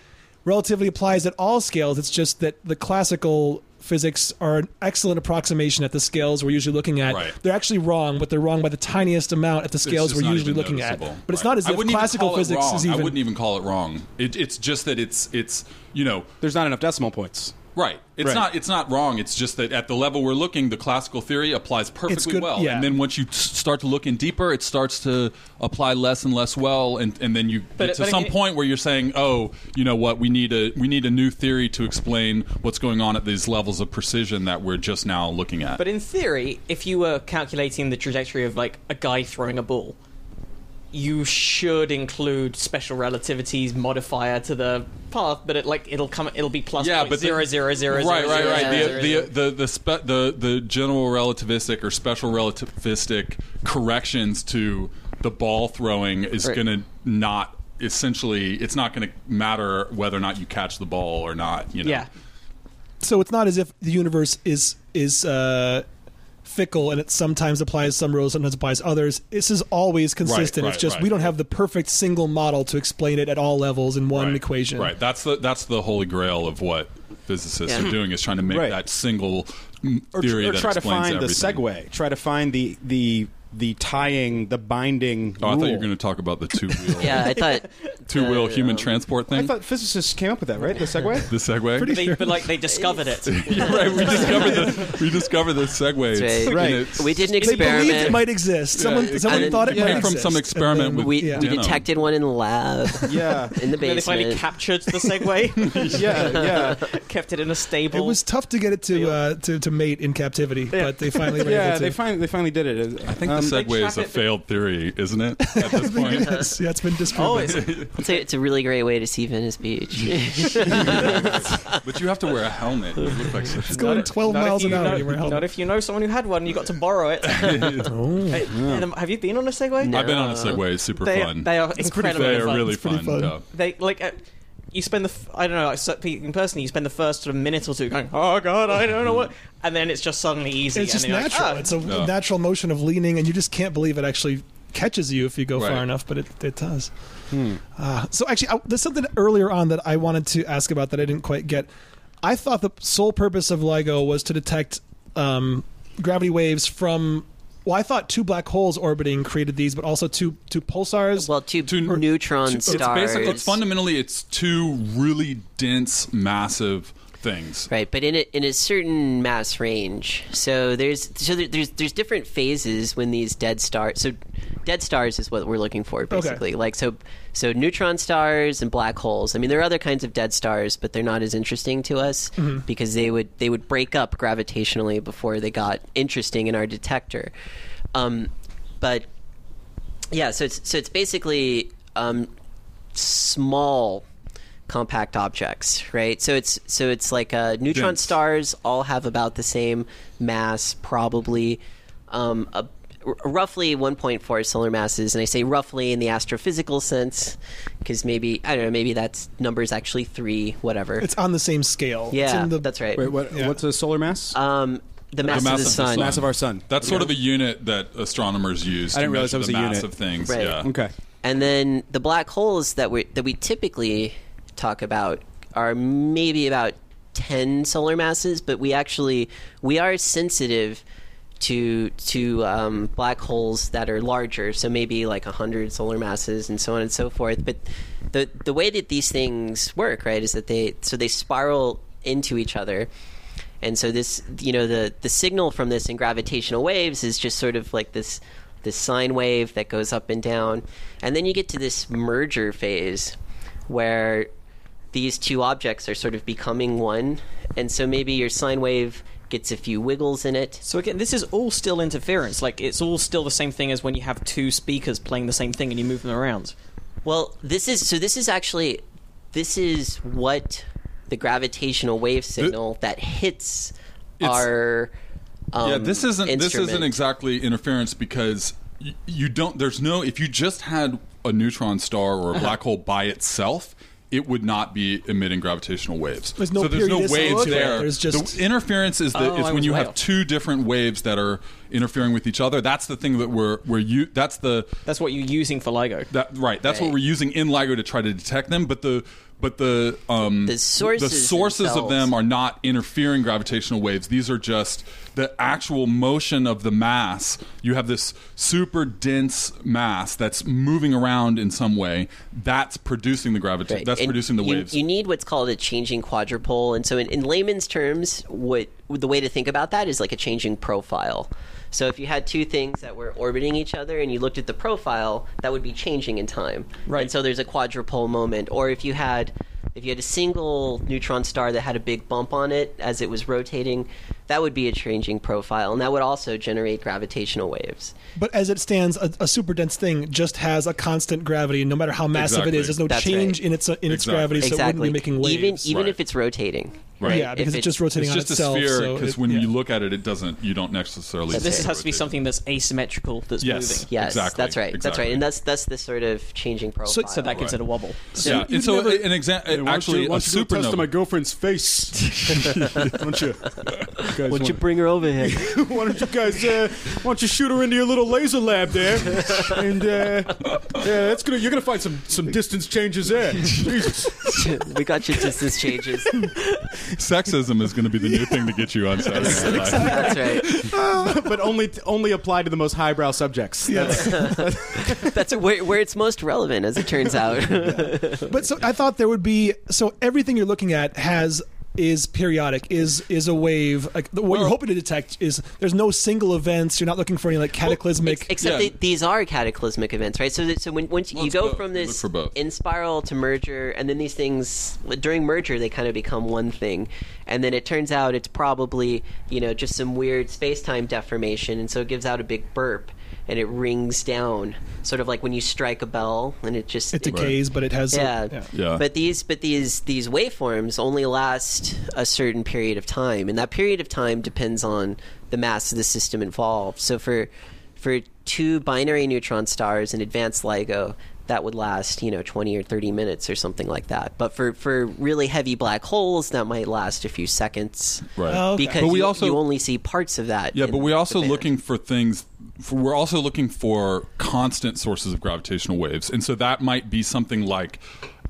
relativity applies at all scales. It's just that the classical physics are an excellent approximation at the scales we're usually looking at. Right. They're actually wrong, but they're wrong by the tiniest amount at the It's scales just we're not usually even looking noticeable. at. But it's Right. not as I if wouldn't even classical call it physics wrong. is even. I wouldn't even call it wrong. It, it's just that it's it's you know There's not enough decimal points. right. It's Right. not it's not wrong. It's just that at the level we're looking, the classical theory applies perfectly good- well. yeah. And then once you s- start to look in deeper, it starts to apply less and less well. And, and then you But- get to but some again- point where you're saying, oh, you know what? We need a we need a new theory to explain what's going on at these levels of precision that we're just now looking at. But in theory, if you were calculating the trajectory of like a guy throwing a ball, you should include special relativity's modifier to the path, but it like it'll come it'll be plus yeah, point but the- zero zero zero zero right, right, zero right. zero zero the, zero. the, the, the, spe- the, the general relativistic or special relativistic corrections to the ball throwing is Right. going to not essentially. It's not going to matter whether or not you catch the ball or not. You know. Yeah. so it's not as if the universe is is uh, fickle and it sometimes applies some rules, sometimes applies others. This is always consistent. right, it's just right. we don't have the perfect single model to explain it at all levels in one Right. equation. Right. That's the that's the holy grail of what physicists Yeah. are doing is trying to make Right. that single mm, or, tr- theory or that try to explains find everything. the segue. Try to find the the the tying, the binding. Oh, I rule. thought you were going to talk about the two wheel Yeah, I thought two wheel uh, human transport I thing. thought physicists came up with that, right? The segue. the segue. Pretty They, but like they discovered it. Yeah, right. We discovered the we discovered the segue. That's right. Right. We did an They believed it experiment. might exist. Someone, Yeah, it- someone and- thought it yeah. might Came from exist. some And experiment then- with- we yeah. we Denim. detected one in the lab yeah. in the And they finally basement. captured the segue, Yeah. Yeah. kept it in a stable. It was tough to get it to uh, to, to mate in captivity, but they finally were Yeah, able to. they finally they finally did Um, it. I think the segue is a failed theory, isn't it? At this point, Yes, yeah, it's been oh, disproven. it's, It's a, it's a really great way to see Venice Beach. but you have to wear a helmet. You look like such a going nerd. 12 if miles you an hour. know- and you were held. Not if you know someone who had one, you got to borrow it. Hey, Adam, Have you been on a Segway? No. I've been on a segue. It's super They, fun. they are They incredibly are fun. really pretty fun. fun. yeah. They like. Uh, you spend the f- I don't know like so- in person you spend the first sort of minute or two going oh god I don't know what and then it's just suddenly easy It's and just you're natural. like, "Ah." It's a Yeah. natural motion of leaning, and you just can't believe it actually catches you if you go Right. Hmm. far enough. But it, it does. Uh, so actually, I, there's something earlier on that I wanted to ask about that I didn't quite get. I thought the sole purpose of LIGO was to detect um, gravity waves from. Well, I thought two black holes orbiting created these, but also two two pulsars. well, two, Two- neutron It's stars. basically it's fundamentally it's two really dense, massive things. Right, but in a, in a certain mass range. So there's so there, there's there's different phases when these dead stars. So dead stars is what we're looking for basically. Like so so neutron stars and black holes. I mean there are other kinds of dead stars, but they're not as interesting to us because they would they would break up gravitationally before they got interesting in our detector. Um, but yeah, so it's so it's basically um, small compact objects, right? So it's so it's like uh, neutron Dense. stars all have about the same mass, probably um, a, r- roughly 1.4 solar masses, and I say roughly in the astrophysical sense because maybe I don't know, maybe that's number is actually three, whatever. it's on the same scale. It's yeah, in the- that's right. Wait, what, Yeah. what's a solar mass? Um, the mass, mass of the sun. Mass of our sun. That's sort of a unit that astronomers use. I didn't to realize measure that was the a mass unit. of things. Right. Yeah. okay. And then the black holes that we that we typically talk about are maybe about 10 solar masses, but we actually we are sensitive to to um, black holes that are larger, so maybe like 100 solar masses and so on and so forth. But the the way that these things work, right, is that they so they spiral into each other. And so this, you know, the the signal from this in gravitational waves is just sort of like this this sine wave that goes up and down, and then you get to this merger phase where these two objects are sort of becoming one, and so maybe your sine wave gets a few wiggles in it. So again, this is all still interference. Like it's all still the same thing as when you have two speakers playing the same thing and you move them around. Well, this is so this is actually this is what the gravitational wave signal that hits It's- our um, yeah, this isn't this isn't instrument. exactly interference because y- you don't. There's no. If you just had a neutron star or a black hole by itself. It would not be emitting gravitational waves. There's no so there's no periodicity waves to it. there. There's just- the interference is the, Oh, it's I when was you way have off. two different waves that are interfering with each other. That's the thing that we're we're you. That's the That's what you're using for LIGO. that right. That's what Right. we're using in LIGO to try to detect them. But the but the um The sources sources of themselves. them are not interfering gravitational waves. These are just the actual motion of the mass. You have this super dense mass that's moving around in some way. That's producing the gravity. Right. That's And producing the you, waves. You need what's called a changing quadrupole, and so in, in layman's terms, what the way to think about that is like a changing profile. So if you had two things that were orbiting each other and you looked at the profile, that would be changing in time. Right. And so there's a quadrupole moment, or if you had if you had a single neutron star that had a big bump on it as it was rotating, that would be a changing profile, and that would also generate gravitational waves. But as it stands, a, a super dense thing just has a constant gravity, no matter how massive it Exactly. is. There's no That's change right. in its uh, in its Exactly. gravity, so it exactly. wouldn't be making waves. Even even Right. if it's rotating. Right. yeah, because If it's just rotating it's on just a itself. sphere so because it- when yeah. you look at it, it doesn't. You don't necessarily. So this see it has to be rotating. something that's asymmetrical that's Yes. moving. Yes, Exactly, that's right. That's exactly. right, and that's that's the sort of changing profile. So- So that gives it Right. a wobble. Yeah, You- and you'd so never- an Hey, example. why don't you- Actually, why a don't you go test supernova. on my girlfriend's face. don't you? you guys wanna- her over here? why don't you guys? Uh, why don't you shoot her into your little laser lab there? And uh, yeah, that's gonna. You're gonna find some some distance changes there. Jesus. we got your distance changes. Sexism is going to be the new thing to get you on Saturday Night Live. That's right. but only only apply to the most highbrow subjects. That's where, where it's most relevant, as it turns out. But so I thought there would be so everything you're looking at has is periodic is is a wave like the- what you're hoping to detect is there's no single events you're not looking for any like cataclysmic Ex- except Yeah. that these are cataclysmic events, right? So, that, so when once Well, you it's go both. from You look this for both. in spiral to merger, and then these things during merger they kind of become one thing, and then it turns out it's probably you know just some weird space time deformation, and so it gives out a big burp. And it rings down, sort of like when you strike a bell, and it just it decays but it has a- yeah. Yeah. But these but these these waveforms only last a certain period of time, and that period of time depends on the mass of the system involved. So for for two binary neutron stars in advanced LIGO, that would last you know twenty or thirty minutes or something like that. But for for really heavy black holes, that might last a few seconds. Right. Oh, okay. Because But we you, also- you only see parts of that. Yeah, in but we're the also band. looking for things. For, we're also looking for constant sources of gravitational waves, and so that might be something like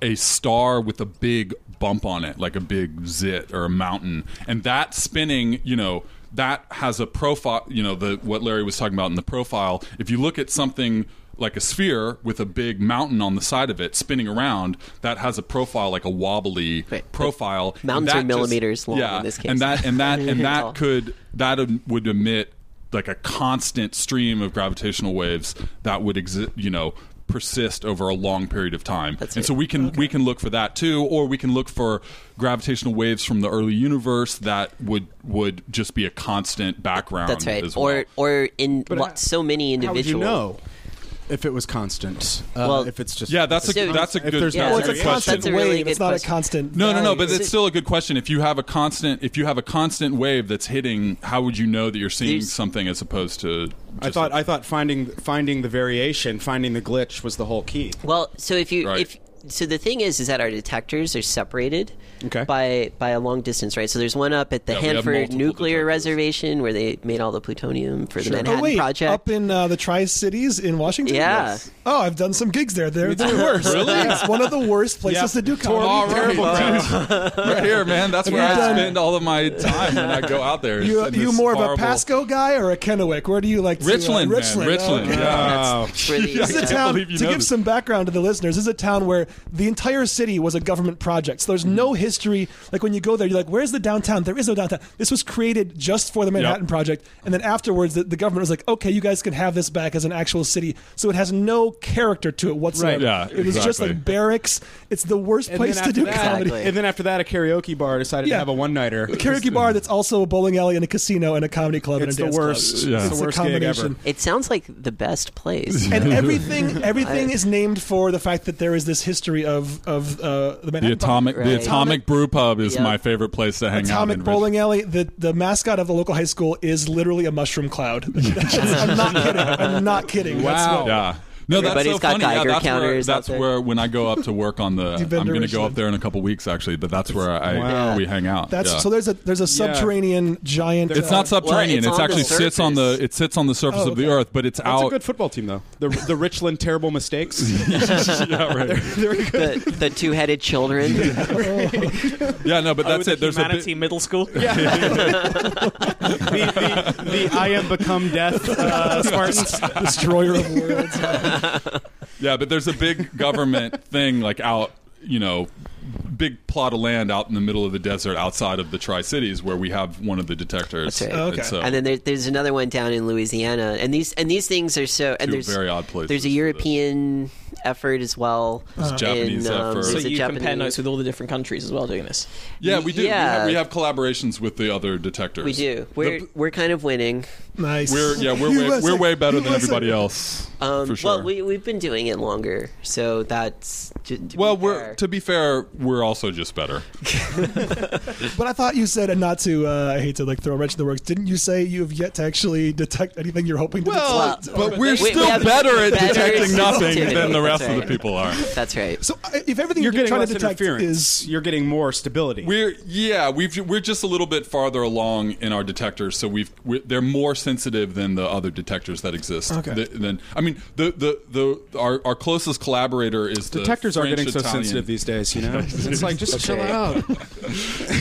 a star with a big bump on it, like a big zit or a mountain, and that spinning, you know. That has a profile, you know, the what Larry was talking about in the profile. If you look at something like a sphere with a big mountain on the side of it spinning around, that has a profile like a wobbly Right, but profile. And mountains are that just- millimeters long yeah, in this and case. that and that and Tall. that could that would emit like a constant stream of gravitational waves that would exist you know persist over a long period of time That's and right. so we can we can look for that too or we can look for gravitational waves from the early universe that would would just be a constant background That's right. as well. Or or in But lo- I- so many How individual. would you know if it was constant? Uh, Well- if it's just yeah that's a So- that's a if good there's that's no- well a it's a good That's question constant a wave really good it's not question. a constant No, no, no. value. But it's still a good question. If you have a constant, if you have a constant wave that's hitting, how would you know that you're seeing There's- something as opposed to? I just- thought I thought finding finding the variation, finding the glitch was the whole key. Well, so if you Right. if so the thing is, is that our detectors are separated Okay. by by a long distance, right? So there's one up at the Yeah, we have Hanford multiple Nuclear detectors. Reservation where they made all the plutonium for the Manhattan oh wait, Project. up in uh, the Tri Cities in Washington. Yeah. Yes. Oh, I've done some gigs there. They're the worst. really? It's one of the worst places to do comedy. All right, Terrible. right. right here, man. That's where I You've done- spend all of my time when I go out there. is You, in you this more of a horrible- Pasco guy or a Kennewick? Where do you like to, uh, Richland, Richland. man. Richland. Oh, okay. Yeah. That's where the- Yeah, I This is a can't town, to believe you know give this. some background to the listeners, this is a town where the entire city was a government project. So there's Hmm. no history. Like when you go there, you're like, where's the downtown? There is no downtown. This was created just for the Manhattan Project. And then afterwards, the, the government was like, okay, you guys can have this back as an actual city. So it has no character to it whatsoever. Right. Yeah, it was just exactly. like barracks. It's the worst And place then to after do that- comedy. Exactly. And then after that, a karaoke bar decided to Yeah. have a one nighter. A karaoke bar that's also a bowling alley and a casino and a comedy club and It's a the dance worst. club. Yeah. It's It's the a worst gig combination. ever. it sounds like the best place. and everything everything is named for the fact that there is this history of of uh, the The Manhattan atomic, the Right. atomic brew pub is Yep. my favorite place to hang Atomic out. in bowling alley. The the mascot of the local high school is literally a mushroom cloud. I'm not kidding. I'm not kidding. That's Wow. what- Yeah. No, that's Everybody's so got funny. Geiger yeah, that's where, counters out that's there. where when I go up to work on the, You've been I'm to going to go Richland. up there in a couple weeks actually, but that's where I Wow. we hang out. That's yeah. so. There's a there's a subterranean giant. it's uh, not subterranean. Well, it's it's on actually the sits on the surface. it sits on the surface Oh, of the okay. earth, but it's That's a out. good football team, though. The the Richland terrible mistakes. yeah, right. They're good. the the two headed children. yeah, no, but Oh, that's the it. There's a humanity bit, middle school. the, the, the I am become death uh, Spartans. destroyer of worlds. yeah, but there's a big government thing like out, you know, big plot of land out in the middle of the desert outside of the Tri Cities where we have one of the detectors. That's right. Okay. And so- and then there, there's another one down in Louisiana, and these and these things are so and Two there's very odd places There's for a this. European effort as well. There's Japanese effort. there's So a It's you compare Japanese- notes with all the different countries as well doing this. yeah, we do. yeah. We, have, we have collaborations with the other detectors. We do. We're The- we're kind of winning. Nice. We're yeah, we're way, USA, we're way better than USA. everybody else. Um, for sure. Well, we we've been doing it longer, so that's to, to well, be we're fair. to be fair, we're also just better. But I thought you said, and not to, uh, I hate to like throw a wrench in the works. Didn't you say you have yet to actually detect anything you're hoping to Well, detect? but we're We- we still have better at better detecting nothing sensitivity. than the That's rest of the right. people are. that's right. So I- if everything you're, You're getting trying less to detect interference. is You're getting more stability. We're yeah, we've we're just a little bit farther along in our detectors, so we've we're, they're more sensitive than the other detectors that exist. Okay. Th- then I mean the the, the our, our closest collaborator is the Detectors are French getting so Italian. sensitive these days, you know. It's like just chill right. out.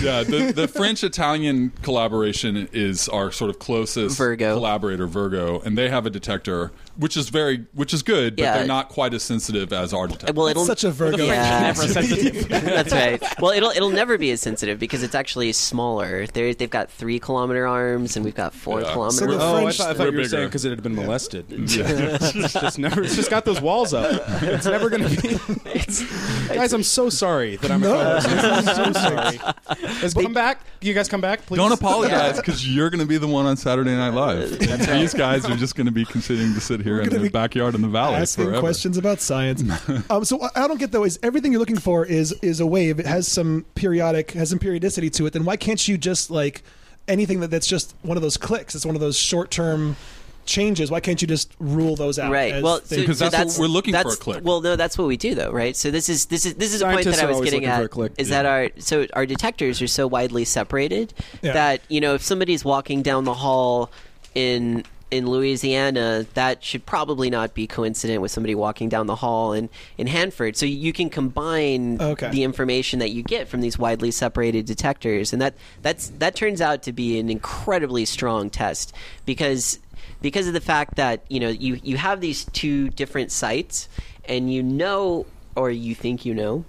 yeah, the, the French Italian collaboration is our sort of closest Virgo. collaborator, Virgo, and they have a detector, which is very, which is good, but Yeah. they're not quite as sensitive as our detector. Well, it'll such a Virgo. yeah, Never sensitive. that's right. Well, it'll it'll never be as sensitive because it's actually smaller. They're, they've got three kilometer arms, and we've got four Yeah. kilometer. So the arms. Oh, I French- thought, I thought We're you were bigger. saying because it had been molested. it's just never. It's just got those walls up. It's never going to be. guys, I'm so sorry that I'm a co-host. I'm so sorry. Guys, come back. You guys come back, please. Don't apologize because you're going to be the one on Saturday Night Live. And These guys are just going to be continuing to sit here in gonna the be backyard in the valley asking forever. questions about science. um, so what I don't get though is everything you're looking for is is a wave. It has some periodic, has some periodicity to it. Then why can't you just like anything that that's just one of those clicks? It's one of those short term changes. Why can't you just rule those out? Right. as Well, they- so- Because so that's what we're looking for, that's- a click. Well, no, that's what we do though, right? So this is this is this is a point Scientists that I are was always getting looking at for a click. is that our so our detectors are so widely separated Yeah. that you know if somebody's walking down the hall in in Louisiana, that should probably not be coincident with somebody walking down the hall in, in Hanford. So you can combine Okay. the information that you get from these widely separated detectors, and that that's that turns out to be an incredibly strong test because because of the fact that you know you you have these two different sites, and you know or you think you know.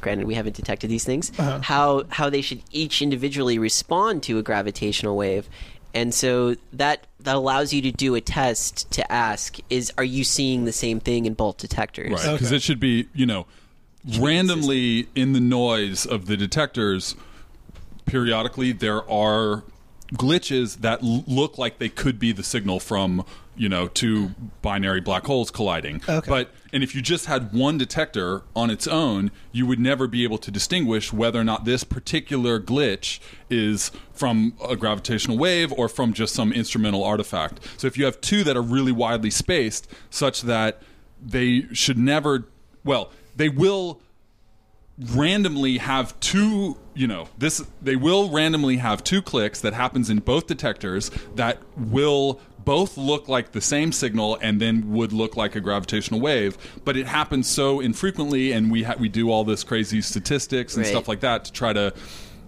Granted, we haven't detected these things. How how they should each individually respond to a gravitational wave, and so that that allows you to do a test to ask is are you seeing the same thing in both detectors? Right, because it should be, you know, randomly in the noise of the detectors, periodically there are glitches that l- look like they could be the signal from, you know, two binary black holes colliding. Okay. But and if you just had one detector on its own, you would never be able to distinguish whether or not this particular glitch is from a gravitational wave or from just some instrumental artifact. So if you have two that are really widely spaced such that they should never well they will randomly have two you know this they will randomly have two clicks that happens in both detectors that will both look like the same signal and then would look like a gravitational wave but it happens so infrequently and we ha- we do all this crazy statistics and Right. stuff like that to try to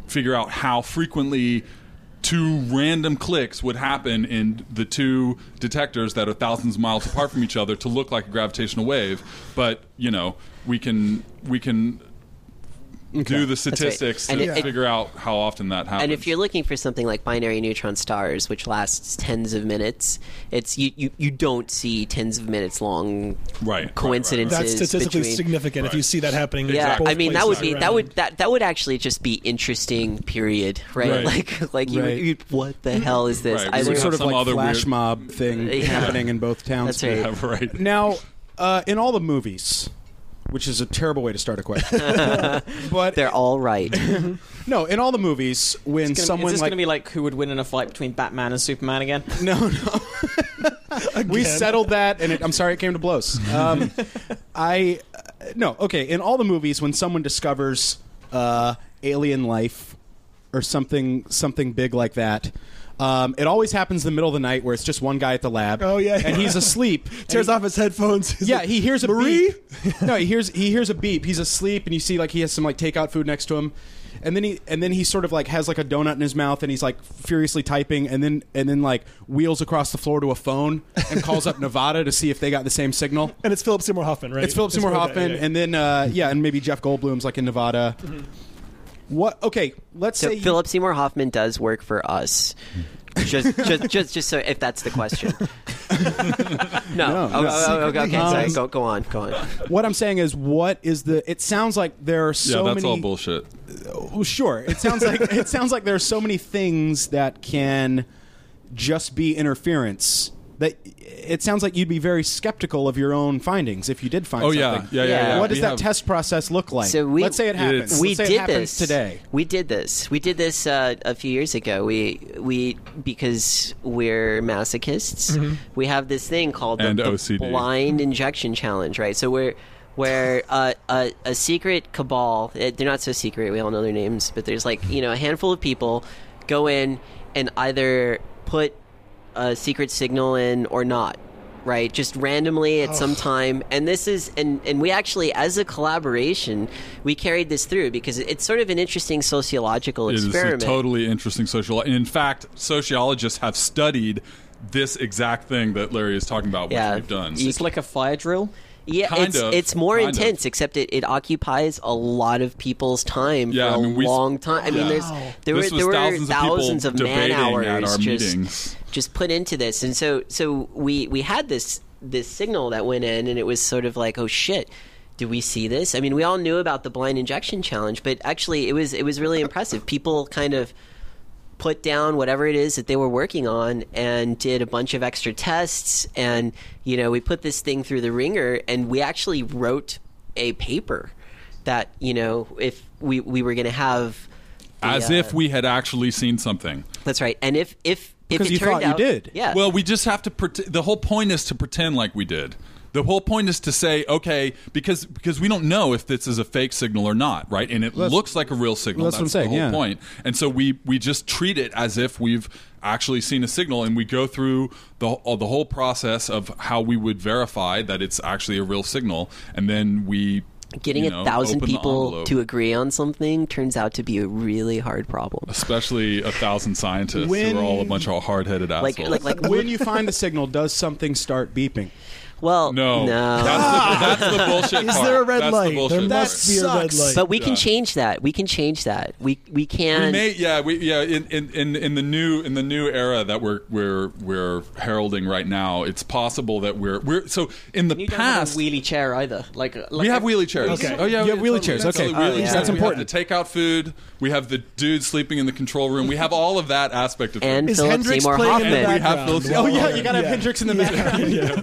figure out how frequently two random clicks would happen in the two detectors that are thousands of miles apart from each other to look like a gravitational wave but you know we can we can do the statistics And to it- it- figure out how often that happens And if you're looking for something like binary neutron stars, which lasts tens of minutes, it's you, you, you don't see tens of minutes long Right, right, coincidences. That's statistically between, significant if you Right. see that happening. Yeah, both I mean that would places be that around. would that, that would actually just be interesting. Period. Right? Right. Like like you Right. would, you'd, what the hell is this? Right, I we Some would don't- have sort of some like other flash weird- mob thing Yeah. happening in both towns. That's right. yeah, right Now, uh, in all the movies, which is a terrible way to start a question, but they're all right. no, in all the movies, when Gonna, someone is this like going to be like who would win in a fight between Batman and Superman again? no, no, we Again. settled that, and it, I'm sorry it came to blows. Um, I uh, no, okay, in all the movies, when someone discovers uh, alien life or something something big like that. Um, it always happens in the middle of the night where it's just one guy at the lab. Oh, yeah. and he's asleep. tears and he- off his headphones. He's Yeah, like, he hears a Marie. beep. No, he hears he hears a beep. He's asleep, and you see like he has some like takeout food next to him, and then he and then he sort of like has like a donut in his mouth, and he's like furiously typing, and then and then like wheels across the floor to a phone and calls up Nevada to see if they got the same signal. and it's Philip Seymour Hoffman, right? It's Philip Seymour okay, Hoffman, yeah. and then uh, yeah, and maybe Jeff Goldblum's like in Nevada. What? Okay, let's So say you- Philip Seymour Hoffman does work for us. just, just, just, just so if that's the question. no. No, Oh, no. oh, oh, okay, okay, sorry. Um, Go, go on. Go on. what I'm saying is, what is the? It sounds like there are yeah so that's many. all bullshit Well, sure. It sounds like it sounds like there are so many things that can just be interference. That it sounds like you'd be very skeptical of your own findings if you did find oh yeah something. yeah yeah, Yeah. yeah. What does We that have- test process look like? So we- Let's say it happens. It's- Let's we say it did happens this today. We did this. We did this uh, a few years ago. We we because we're masochists. Mm-hmm. We have this thing called And the, the OCD. blind injection challenge, right? So we're where uh, a, a secret cabal eh, they're not so secret we all know their names but there's like you know a handful of people go in and either put a secret signal in or not right just randomly at some time and this is and and we actually as a collaboration we carried this through because it's sort of an interesting sociological It is a experiment totally interesting social. In fact, sociologists have studied this exact thing that Larry is talking about, which Yeah. we've done. It's like a fire drill. yeah kind it's of, it's more kind of. intense except it, it occupies a lot of people's time Yeah, for I a mean, we- long time i yeah. mean there's there this was were there thousands were of people thousands of, man debating hours at our just meetings. just put into this and so so we we had this this signal that went in and it was sort of like oh shit do we see this i mean we all knew about the blind injection challenge but actually it was it was really impressive people kind of put down whatever it is that they were working on and did a bunch of extra tests and you know we put this thing through the ringer and we actually wrote a paper that you know if we we were going to have the, As uh, if we had actually seen something. that's right and if if Because if it you turned thought you out- did. yeah Well, we just have to. Pret- the whole point is to pretend like we did. The whole point is to say, okay, because because we don't know if this is a fake signal or not, right? And it looks like a real signal. That's what I'm saying, the whole yeah. point. And so we we just treat it as if we've actually seen a signal, and we go through the all, the whole process of how we would verify that it's actually a real signal, and then we getting you know, a thousand open the people envelope. to agree on something turns out to be a really hard problem. especially a thousand scientists When- who are all a bunch of hard-headed assholes. Like, like, like, when you find the signal, does something start beeping? well, no, That's, the, that's the bullshit. Is part. there a red That's the light? bullshit there part. must be a red sucks. light. but we can Yeah. change that. We can change that. We we We can. may, yeah, we, yeah. In, in, in, in the new in the new era that we're we're we're heralding right now, it's possible that we're we're so in the You don't past have a wheelie chair either. Like, like uh, we have wheelchairs. Okay. Oh yeah, You have yeah, totally. wheelchairs. Totally Okay. wheelchairs. Oh, yeah. We That's have important. the takeout food. We have the dude sleeping in the control room. We have all of that aspect of and is Philip Hendrix Seymour playing in And Hoffman. the we have background? those- while Oh, yeah, we're- you gotta have Hendrix in the background. Yeah,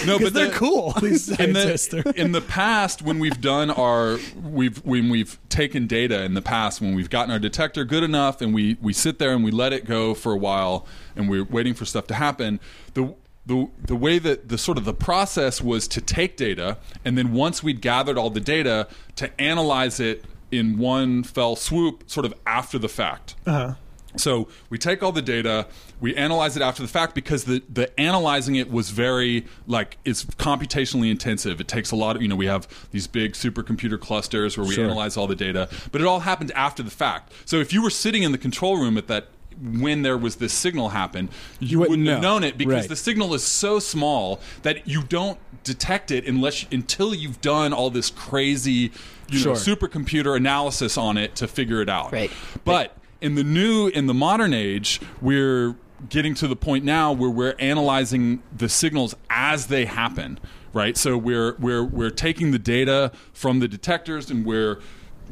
it. no, but they're the- cool. These in scientists. the They're- in the past when we've done our we've when we've taken data in the past when we've gotten our detector good enough and we we sit there and we let it go for a while and we're waiting for stuff to happen the the the way that the sort of the process was to take data and then once we'd gathered all the data to analyze it in one fell swoop sort of after the fact uh-huh. so we take all the data we analyze it after the fact because the the analyzing it was very like it's computationally intensive it takes a lot of you know we have these big supercomputer clusters where we Sure. analyze all the data but it all happened after the fact so if you were sitting in the control room at that when there was this signal happen you, wouldn't wouldn't have know. known it because Right. the signal is so small that you don't detect it unless until you've done all this crazy you know, Sure. supercomputer analysis on it to figure it out. Right. But in the new in the modern age, we're getting to the point now where we're analyzing the signals as they happen, right? So we're we're we're taking the data from the detectors and we're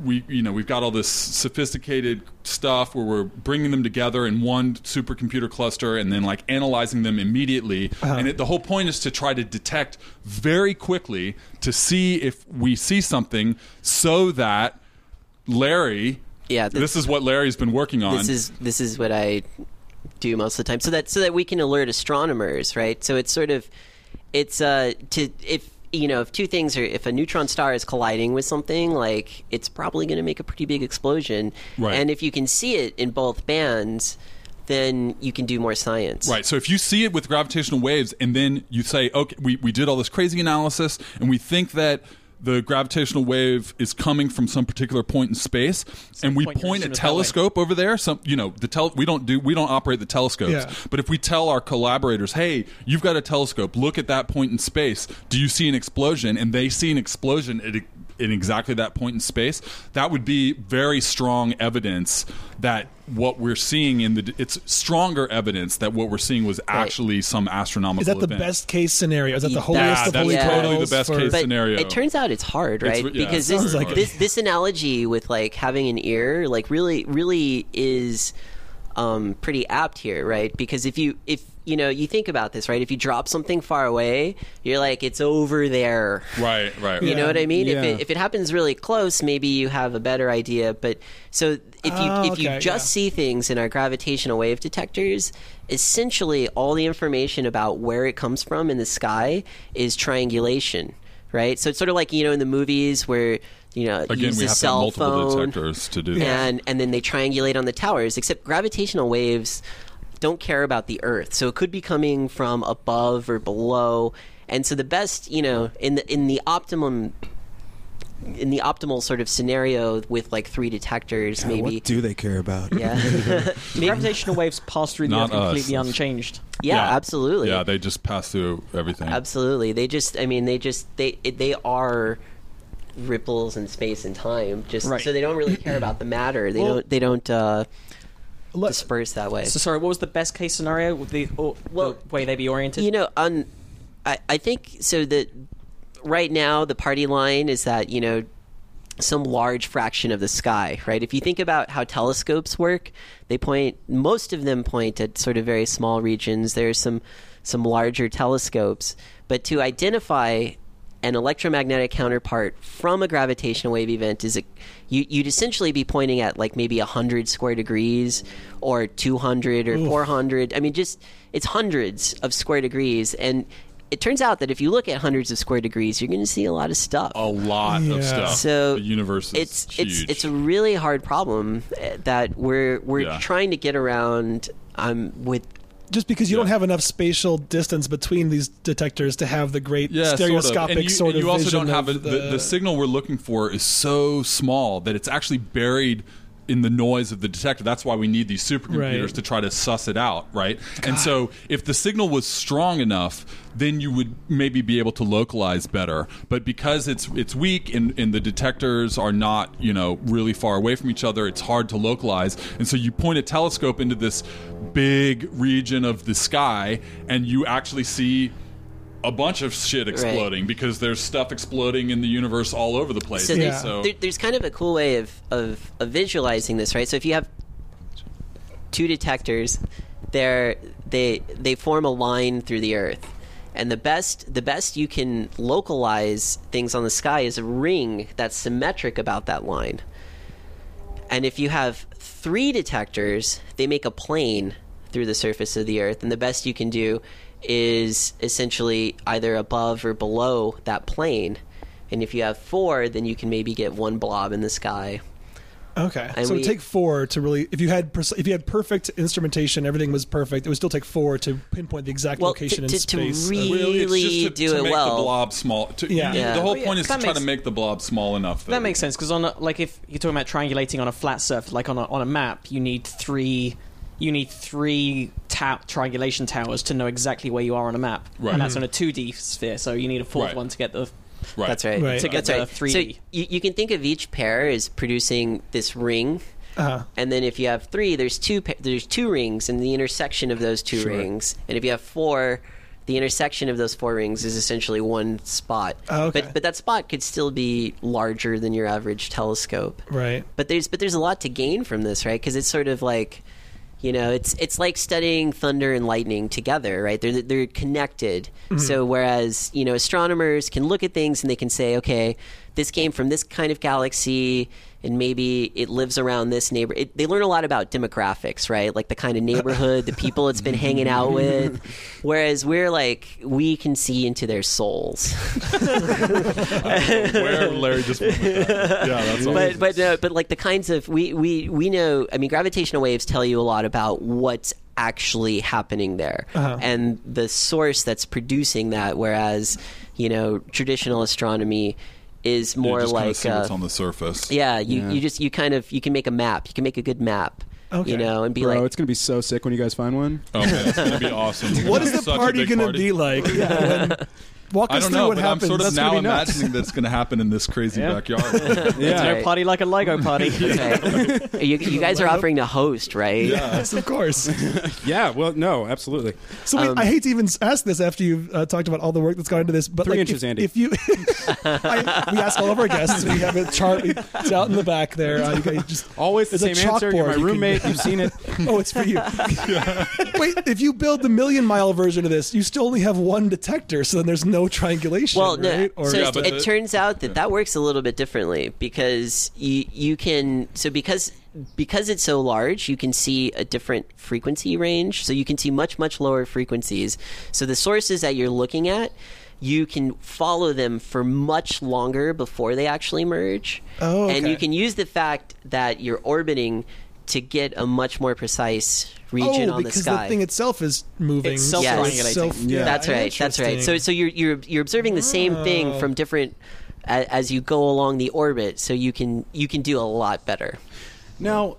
we you know we've got all this sophisticated stuff where we're bringing them together in one supercomputer cluster and then like analyzing them immediately and it, the whole point is to try to detect very quickly to see if we see something so that Larry Yeah, this, this- is what Larry's been working on This is this is what I do most of the time, so that so that we can alert astronomers, right? So it's sort of it's uh to if you know if two things are if a neutron star is colliding with something, like it's probably going to make a pretty big explosion, Right. and if you can see it in both bands, then you can do more science, Right. So if you see it with gravitational waves and then you say, okay, we, we did all this crazy analysis and we think that the gravitational wave is coming from some particular point in space and we point your point a instrument that way. telescope over there some you know the tel- we don't do we don't operate the telescopes Yeah. but if we tell our collaborators hey you've got a telescope look at that point in space do you see an explosion and they see an explosion at in exactly that point in space that would be very strong evidence that what we're seeing in the it's stronger evidence that what we're seeing was actually some astronomical Is that the event. best case scenario? Is that the Yeah, holiest of that's holy totally grails the best for- case But scenario. it turns out it's hard, It's right? re- yeah, it's because this, Sounds like it. this this analogy with like having an ear, like really really is um, pretty apt here, right? Because if you if you know you think about this, right? If you drop something far away, you're like it's over there. right right, right. You know what I mean? If, Yeah. it, if it happens really close, maybe you have a better idea. But so if you Ah, if you okay, just yeah. see things in our gravitational wave detectors, essentially all the information about where it comes from in the sky is triangulation, right? So it's sort of like you know in the movies where you know you again use we have to a have cell multiple phone detectors to do that. and and then they triangulate on the towers. Except gravitational waves don't care about the Earth, so it could be coming from above or below. And so the best, you know, in the in the optimum. In the optimal sort of scenario with like three detectors, God, maybe What do they care about? yeah, Gravitational waves pass through the Not Earth completely us. unchanged. yeah, absolutely, Yeah, they just pass through everything. absolutely. They just, I mean, they just they it, they are ripples in space and time. Just Right. so they don't really care about the matter. They Well- don't they don't uh, Let- disperse that way. So sorry, what was the best case scenario? With the, or, Well, the way they be oriented? you know on I, I think so that right now the party line is that you know some large fraction of the sky right if you think about how telescopes work they point most of them point at sort of very small regions there's some some larger telescopes but to identify an electromagnetic counterpart from a gravitational wave event is a, you, you'd essentially be pointing at like maybe 100 square degrees or 200 or 400 i mean just it's hundreds of square degrees and it turns out that if you look at hundreds of square degrees you're going to see a lot of stuff a lot Yeah. of stuff. so the universe is it's huge. it's it's a really hard problem eh, that we're we're Yeah. trying to get around um with Just because you Yeah. don't have enough spatial distance between these detectors to have the great yeah, stereoscopic sort of. And you, sort and you also vision don't have of a, the, the signal we're looking for is so small that it's actually buried in the noise of the detector. That's why we need these supercomputers Right. to try to suss it out, right? And so if the signal was strong enough, then you would maybe be able to localize better. But because it's it's weak and, and the detectors are not, you know, really far away from each other, it's hard to localize. And so you point a telescope into this big region of the sky and you actually see a bunch of shit exploding because there's stuff exploding in the universe all over the place. so And there's, so- uh, there, there's kind of a cool way of, of of visualizing this right so if you have two detectors they're they they form a line through the earth and the best the best you can localize things on the sky is a ring that's symmetric about that line And if you have three detectors, they make a plane through the surface of the Earth. And the best you can do is essentially either above or below that plane. And if you have four, then you can maybe get one blob in the sky. Okay, And so we- it'd take four to really. If you had pers- if you had perfect instrumentation, everything was perfect. It would still take four to pinpoint the exact Well, location to- in to- to space. uh, of- re- Really, it's really just to, do to it make well. the blob small. To, Yeah. you- Yeah. The whole Well, yeah, point is to that try makes- to make the blob small enough. That, That makes sense because on a, like if you're talking about triangulating on a flat surface, like on a, on a map, you need three you need three ta- triangulation towers to know exactly where you are on a map, Right. and that's Mm-hmm. on a two D sphere. So you need a fourth Right. one to get the Right. That's right. Right. To get That's the right. 3D. So you, you can think of each pair as producing this ring. Uh-huh. And then if you have three, there's two pa- there's two rings and the intersection of those two Sure. rings. And if you have four, the intersection of those four rings is essentially one spot. Oh, okay. But but that spot could still be larger than your average telescope. right. But there's but there's a lot to gain from this, right? Because it's sort of like, you know, it's it's like studying thunder and lightning together, right? They're they're connected. So whereas you know astronomers can look at things and they can say, okay, this came from this kind of galaxy, and maybe it lives around this neighbor. It, they learn a lot about demographics, right? Like the kind of neighborhood, the people it's been hanging out with. Whereas we're like we can see into their souls. Where Larry just went with that. Yeah, that's all. but but no, but like the kinds of we we we know. I mean, gravitational waves tell you a lot about what's actually happening there Uh-huh. and the source that's producing that. Whereas, you know, traditional astronomy is more you just kinda like see what's uh, on the surface. yeah, you you just you kind of you can make a map. You can make a good map. Okay. You know, and be Bro, like, it's gonna be so sick when you guys find one. Oh man, it's gonna be awesome. We're What gonna is have the such a party big going to party. be like? Yeah, when- walk I us don't through know, what but happens. I'm sort of That's now gonna be nuts. imagining that's going to happen in this crazy Yeah. backyard. no Yeah. Right. party like a Lego party. okay. you, you guys are offering to host, right? Yes, of course. Yeah. Well, no, absolutely. So wait, I hate to even ask this after you've uh, talked about all the work that's gone into this, but Three like, inches, if, Andy. If you, I, we ask all of our guests, we have a chart. It's out in the back there. Uh, you guys just Always the It's a same answer. You're chalkboard. my You can- roommate. You've seen it. oh, it's for you. Wait, if you build the million mile version of this, you still only have one detector, so then there's no triangulation. Well, no, right? so Yeah, it, but it the- turns out that that works a little bit differently because you you can so because because it's so large, you can see a different frequency range. So you can see much much lower frequencies. So the sources that you're looking at, you can follow them for much longer before they actually merge. Oh, and you okay. can use the fact that you're orbiting to get a much more precise region oh, on the because sky. thing itself is moving. It's self-triangulating. It's self- Yeah. That's right. That's right. So Interesting. so you're you're you're observing the same thing from different as, as you go along the orbit, so you can you can do a lot better. Now,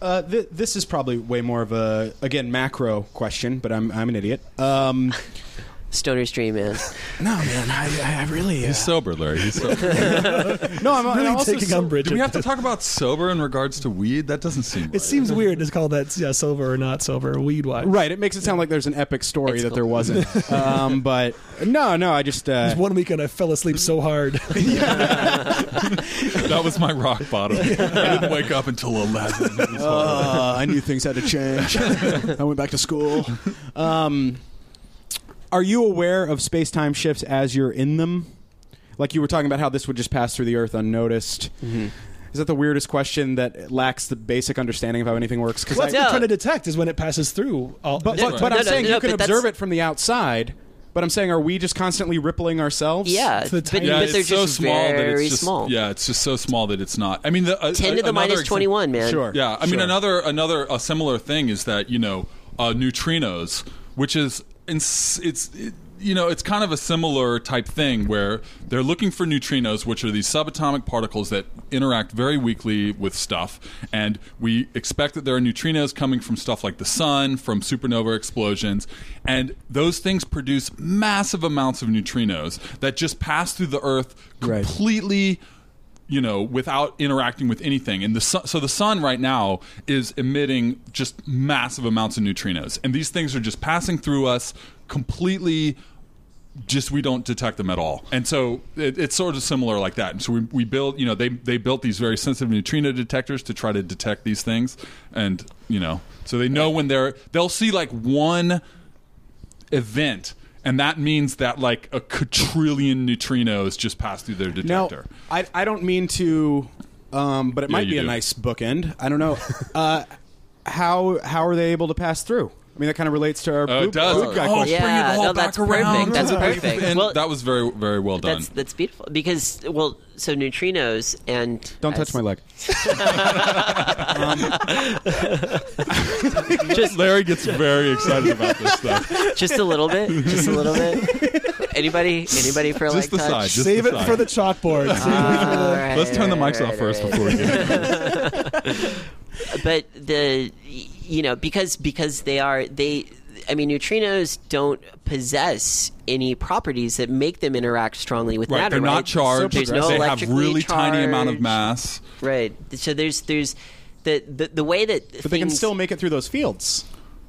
uh, th- this is probably way more of a again macro question, but I'm I'm an idiot. Um, Stoner's dream, man. no, man, I, I really uh, He's sober, Larry. He's sober. no, I'm I'm really also taking so- umbrage. Do we at have to this. talk about sober in regards to weed? That doesn't seem. It seems weird to call that yeah, silver or not silver, weed wise. Right, it makes it sound like there's an epic story It's that cool. there wasn't. um, but no, no, I just uh, One weekend I fell asleep so hard. That was my rock bottom. I didn't wake up until eleven. It was horrible. Uh, I knew things had to change. I went back to school. Um, are you aware of space time shifts as you're in them? Like you were talking about how this would just pass through the Earth unnoticed. Mm-hmm. Is that the weirdest question that lacks the basic understanding of how anything works? Because That's what No. we're trying to detect is when it passes through. All, but, right. but, but No, I'm no, saying no, you can but that's- observe it from the outside. But I'm saying, are we just constantly rippling ourselves? Yeah, It's the but, tiny- yeah, but it's they're so just small that very it's just small. yeah, it's just so small that it's not. I mean, the, uh, Ten to the minus twenty one, man. Sure. Yeah, I Sure. mean another another a similar thing is that you know uh, neutrinos, which is it's, it's it, you know it's kind of a similar type thing where they're looking for neutrinos, which are these subatomic particles that interact very weakly with stuff, and we expect that there are neutrinos coming from stuff like the sun, from supernova explosions, and those things produce massive amounts of neutrinos that just pass through the Earth Right. completely you know, without interacting with anything. And the sun, so the sun right now is emitting just massive amounts of neutrinos, and these things are just passing through us completely. Just we don't detect them at all, and so it, it's sort of similar like that. And so we, we build, you know, they they built these very sensitive neutrino detectors to try to detect these things, and you know, so they know when they're they'll see like one event. And that means that like a quadrillion neutrinos just passed through their Now, detector. I, I don't mean to, um, but it might you be a do. nice bookend. I don't know. uh, how how are they able to pass through? I mean, that kind of relates to our Oh, boob, it does. boob guy oh, question. bring Yeah, it all no, back that's around. perfect. That's to the perfect. end. Well, that was very, very well done. That's that's beautiful because well, so neutrinos and Don't touch my leg. just Larry gets very excited about this stuff. just a little bit, just a little bit. Anybody, anybody for Just like the touch. side, just Save the it side. for the chalkboard. Save Ah. it for the- All Let's right, turn the all mics right, off all first right. before we get into it. but the you know because because they are they i mean neutrinos don't possess any properties that make them interact strongly with Right, matter they're right? not charged. there's no they have electrically really tiny amount of charged. mass. right so there's there's the the, the way that But they can still make it through those fields.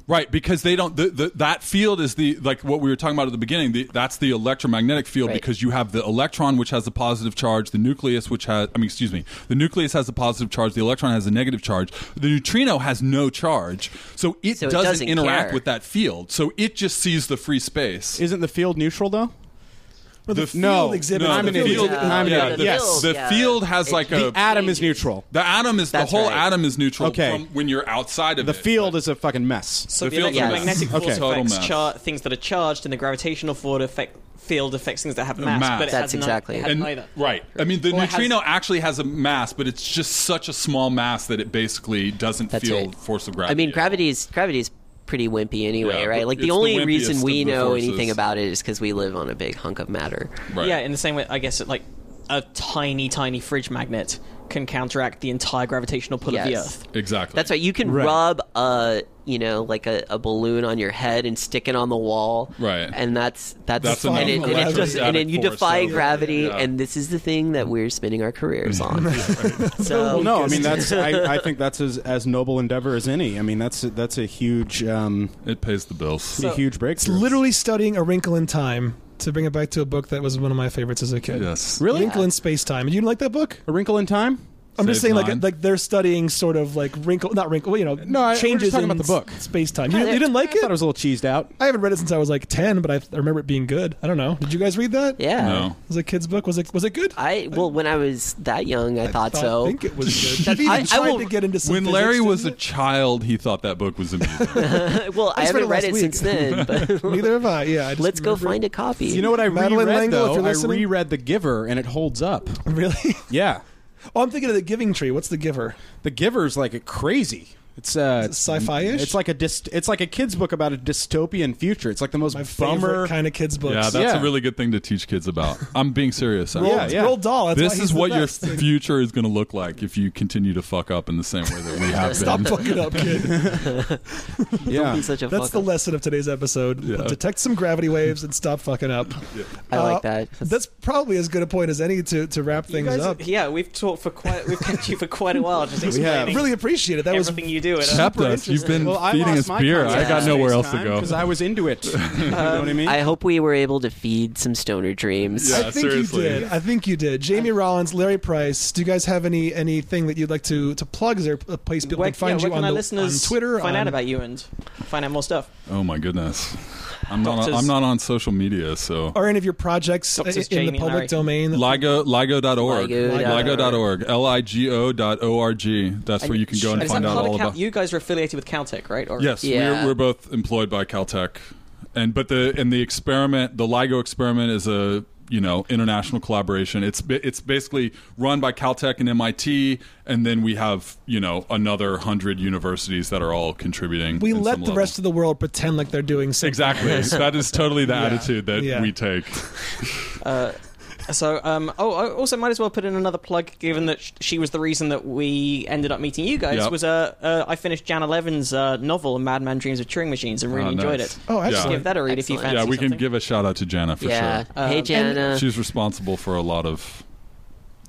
Right, because they don't. The, the, that field is the like what we were talking about at the beginning. The, that's the electromagnetic field Right. because you have the electron, which has a positive charge, the nucleus, which has I mean, excuse me, the nucleus has a positive charge, the electron has a negative charge, the neutrino has no charge, so it, So it doesn't, doesn't interact care. with that field, so it just sees the free space. Isn't the field neutral though? Well, the The- field no, exhibits. no, I'm the an field idiot. exhibits- I'm an yeah, idiot. the, Yes. the yeah. field has like The a Atom is neutral. the atom is the That's whole right. atom is neutral Okay. from when you're outside of The it. field is a fucking mess. So The the, fields are electromagnetic mass. force Okay. Total affects mass. char- things that are charged, and the gravitational forward affect field affects things that have mass. mass. But it That's has none- exactly it it. has And- neither. right. I mean, the Or it has- neutrino actually has a mass, but it's just such a small mass that it basically doesn't That's feel right. force of i gravity. mean at all. gravity's gravity's pretty wimpy anyway Yeah, right like it's the the only wimpiest reason of we the know forces. anything about it is because we live on a big hunk of matter Right. Yeah, in the same way, I guess it, like a tiny, tiny fridge magnet can counteract the entire gravitational pull of the Yes. Earth. exactly. That's right. You can Right. rub a you know like a, a balloon on your head and stick it on the wall. Right. And that's that's, That's and, enough it, and, it just, electrostatic and then you force, defy though. gravity, Yeah. and this is the thing that we're spinning our careers on. so Well, no, I mean that's I, I think that's as, as noble endeavor as any. I mean that's that's a huge um, It pays the bills. a huge breakthrough. Literally studying A Wrinkle in Time to bring it back to a book that was one of my favorites as a kid. yes. A Really? Wrinkle in Space Time. You didn't like that book? A Wrinkle in Time. I'm just Save saying, like, mine. like they're studying sort of like wrinkle, not wrinkle, well, you know, No, I- we're just changes talking in about the book. space time. You, you didn't like I thought it? it was a little cheesed out. I haven't read it since I was like ten, but I, I remember it being good. I don't know. Did you guys read that? yeah. No. It was a kid's book. Was it was it good? I well when I was that young, I, thought, so. I think it was That- good. He I- I even tried will- to get into some When physics, Larry was a didn't child, he thought that book was amusing. well, I just read haven't it read last it week. since then. But it? neither have I. Yeah, I just let's go remember- find a copy. You know what I Madeline reread Langle, if though? you're I listening. reread The Giver, and it holds up. Really? Yeah, Oh, I'm thinking of the Giving Tree. What's the Giver? The Giver's like a crazy. It's uh, Sci-fi-ish? It's like a dyst- It's like a kid's book about a dystopian future. It's like the most My bummer. favorite kind of kids books. yeah, that's Yeah. a really good thing to teach kids about. I'm being serious. Yeah, actually. yeah. Roll doll. That's This why is he's the what your best. future is going to look like if you continue to fuck up in the same way that we have Stop been. fucking up, kid. yeah, He's such a That's fuck the up. lesson of today's episode. Yeah. Detect some gravity waves and stop fucking up. Uh, I like that. That's, probably as good a point as any to, to wrap You things guys- up. yeah, we've talked for quite, we've kept you for quite a while, just have. explaining Really appreciate it. That was everything you do. And, uh, Kept us. You've been well, I feeding lost us my beer. concept I got of nowhere else space-time to go. Um, because I was into it. you know what I mean? I hope we were able to feed some stoner dreams. Yeah. I think seriously. you did. I think you did. Jamie Rollins, Larry Price. Do you guys have any anything that you'd like to to plug? Is there a place people where, can find yeah, where you can on, our the, listeners on Twitter? find on- out about you and find out more stuff? oh my goodness. I'm not. Doctors- I'm not on social media, so or any of your projects uh, in Doctors the Jamie and public Larry. domain? Ligo, ligo.org. Ligo.org. Ligo.org. L-I-G-O dot O-R-G. That's where you can go and Is find that out part of all Cal- about. You guys are affiliated with Caltech, right? Or, Yes, Yeah. we're, we're both employed by Caltech, and but the and the experiment, the LIGO experiment, is a you know international collaboration. It's ba- it's basically run by Caltech and MIT, and then we have you know another hundred universities that are all contributing. We in let some the level. rest of the world pretend like they're doing something. exactly. that is totally the attitude that Yeah. we take. So, um, oh, I also might as well put in another plug, given that sh- she was the reason that we ended up meeting you guys. Yep. Was uh, uh, I finished Jan Eleven's uh, novel, Madman Dreams of Turing Machines, and really Oh, enjoyed nice. it. Oh, Yeah. excellent. Give that a read if you Excellent. fancy. Yeah, we can something. give a shout out to Jana for Yeah. Uh, sure. hey, Um, Jana. She's responsible for a lot of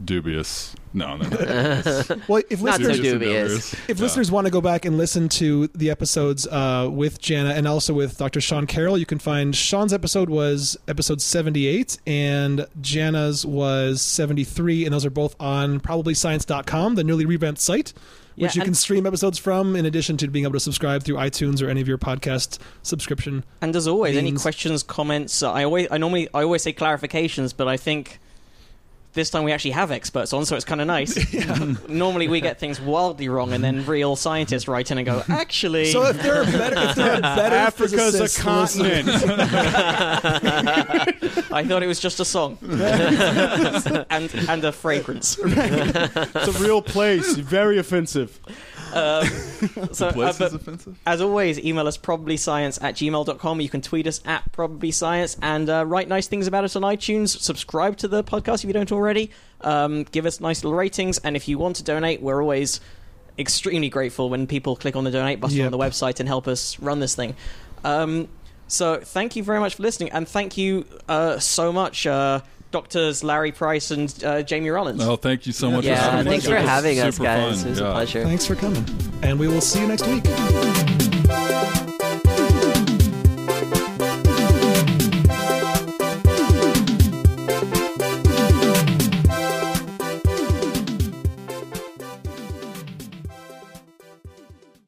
dubious. No, no, no. Well, if Not so listeners, dubious. if Yeah. listeners want to go back and listen to the episodes uh, with Jana and also with Dr. Sean Carroll, you can find Sean's episode was episode 78 and Jana's was 73, and those are both on probablyscience.com, the newly revamped site. Which you Yeah, can and- stream episodes from, in addition to being able to subscribe through iTunes or any of your podcast subscription. And as always, any Means- questions, comments? uh, I always, I normally, I always say clarifications, but I think this time we actually have experts on, so it's kind of nice. Normally we get things wildly wrong, and then real scientists write in and go, actually. So if there are better, if there are better Africa's a physicists listening- continent. I thought it was just a song and and a fragrance. it's a real place. Very offensive. Um, so, uh, Bliss but is offensive. as always, email us probablyscience at gmail.com. You can tweet us at probablyscience and uh, write nice things about us on iTunes. Subscribe to the podcast if you don't already. Um, give us nice little ratings. And if you want to donate, we're always extremely grateful when people click on the donate button on Yep. the website and help us run this thing. Um, so thank you very much for listening. And thank you uh, so much, uh, Doctors Larry Price and uh, Jamie Rollins. Oh, thank you so much. Yeah, for Yeah, having thanks us. for It was having us, super guys. fun. It was a Yeah. pleasure. Thanks for coming, and we will see you next week.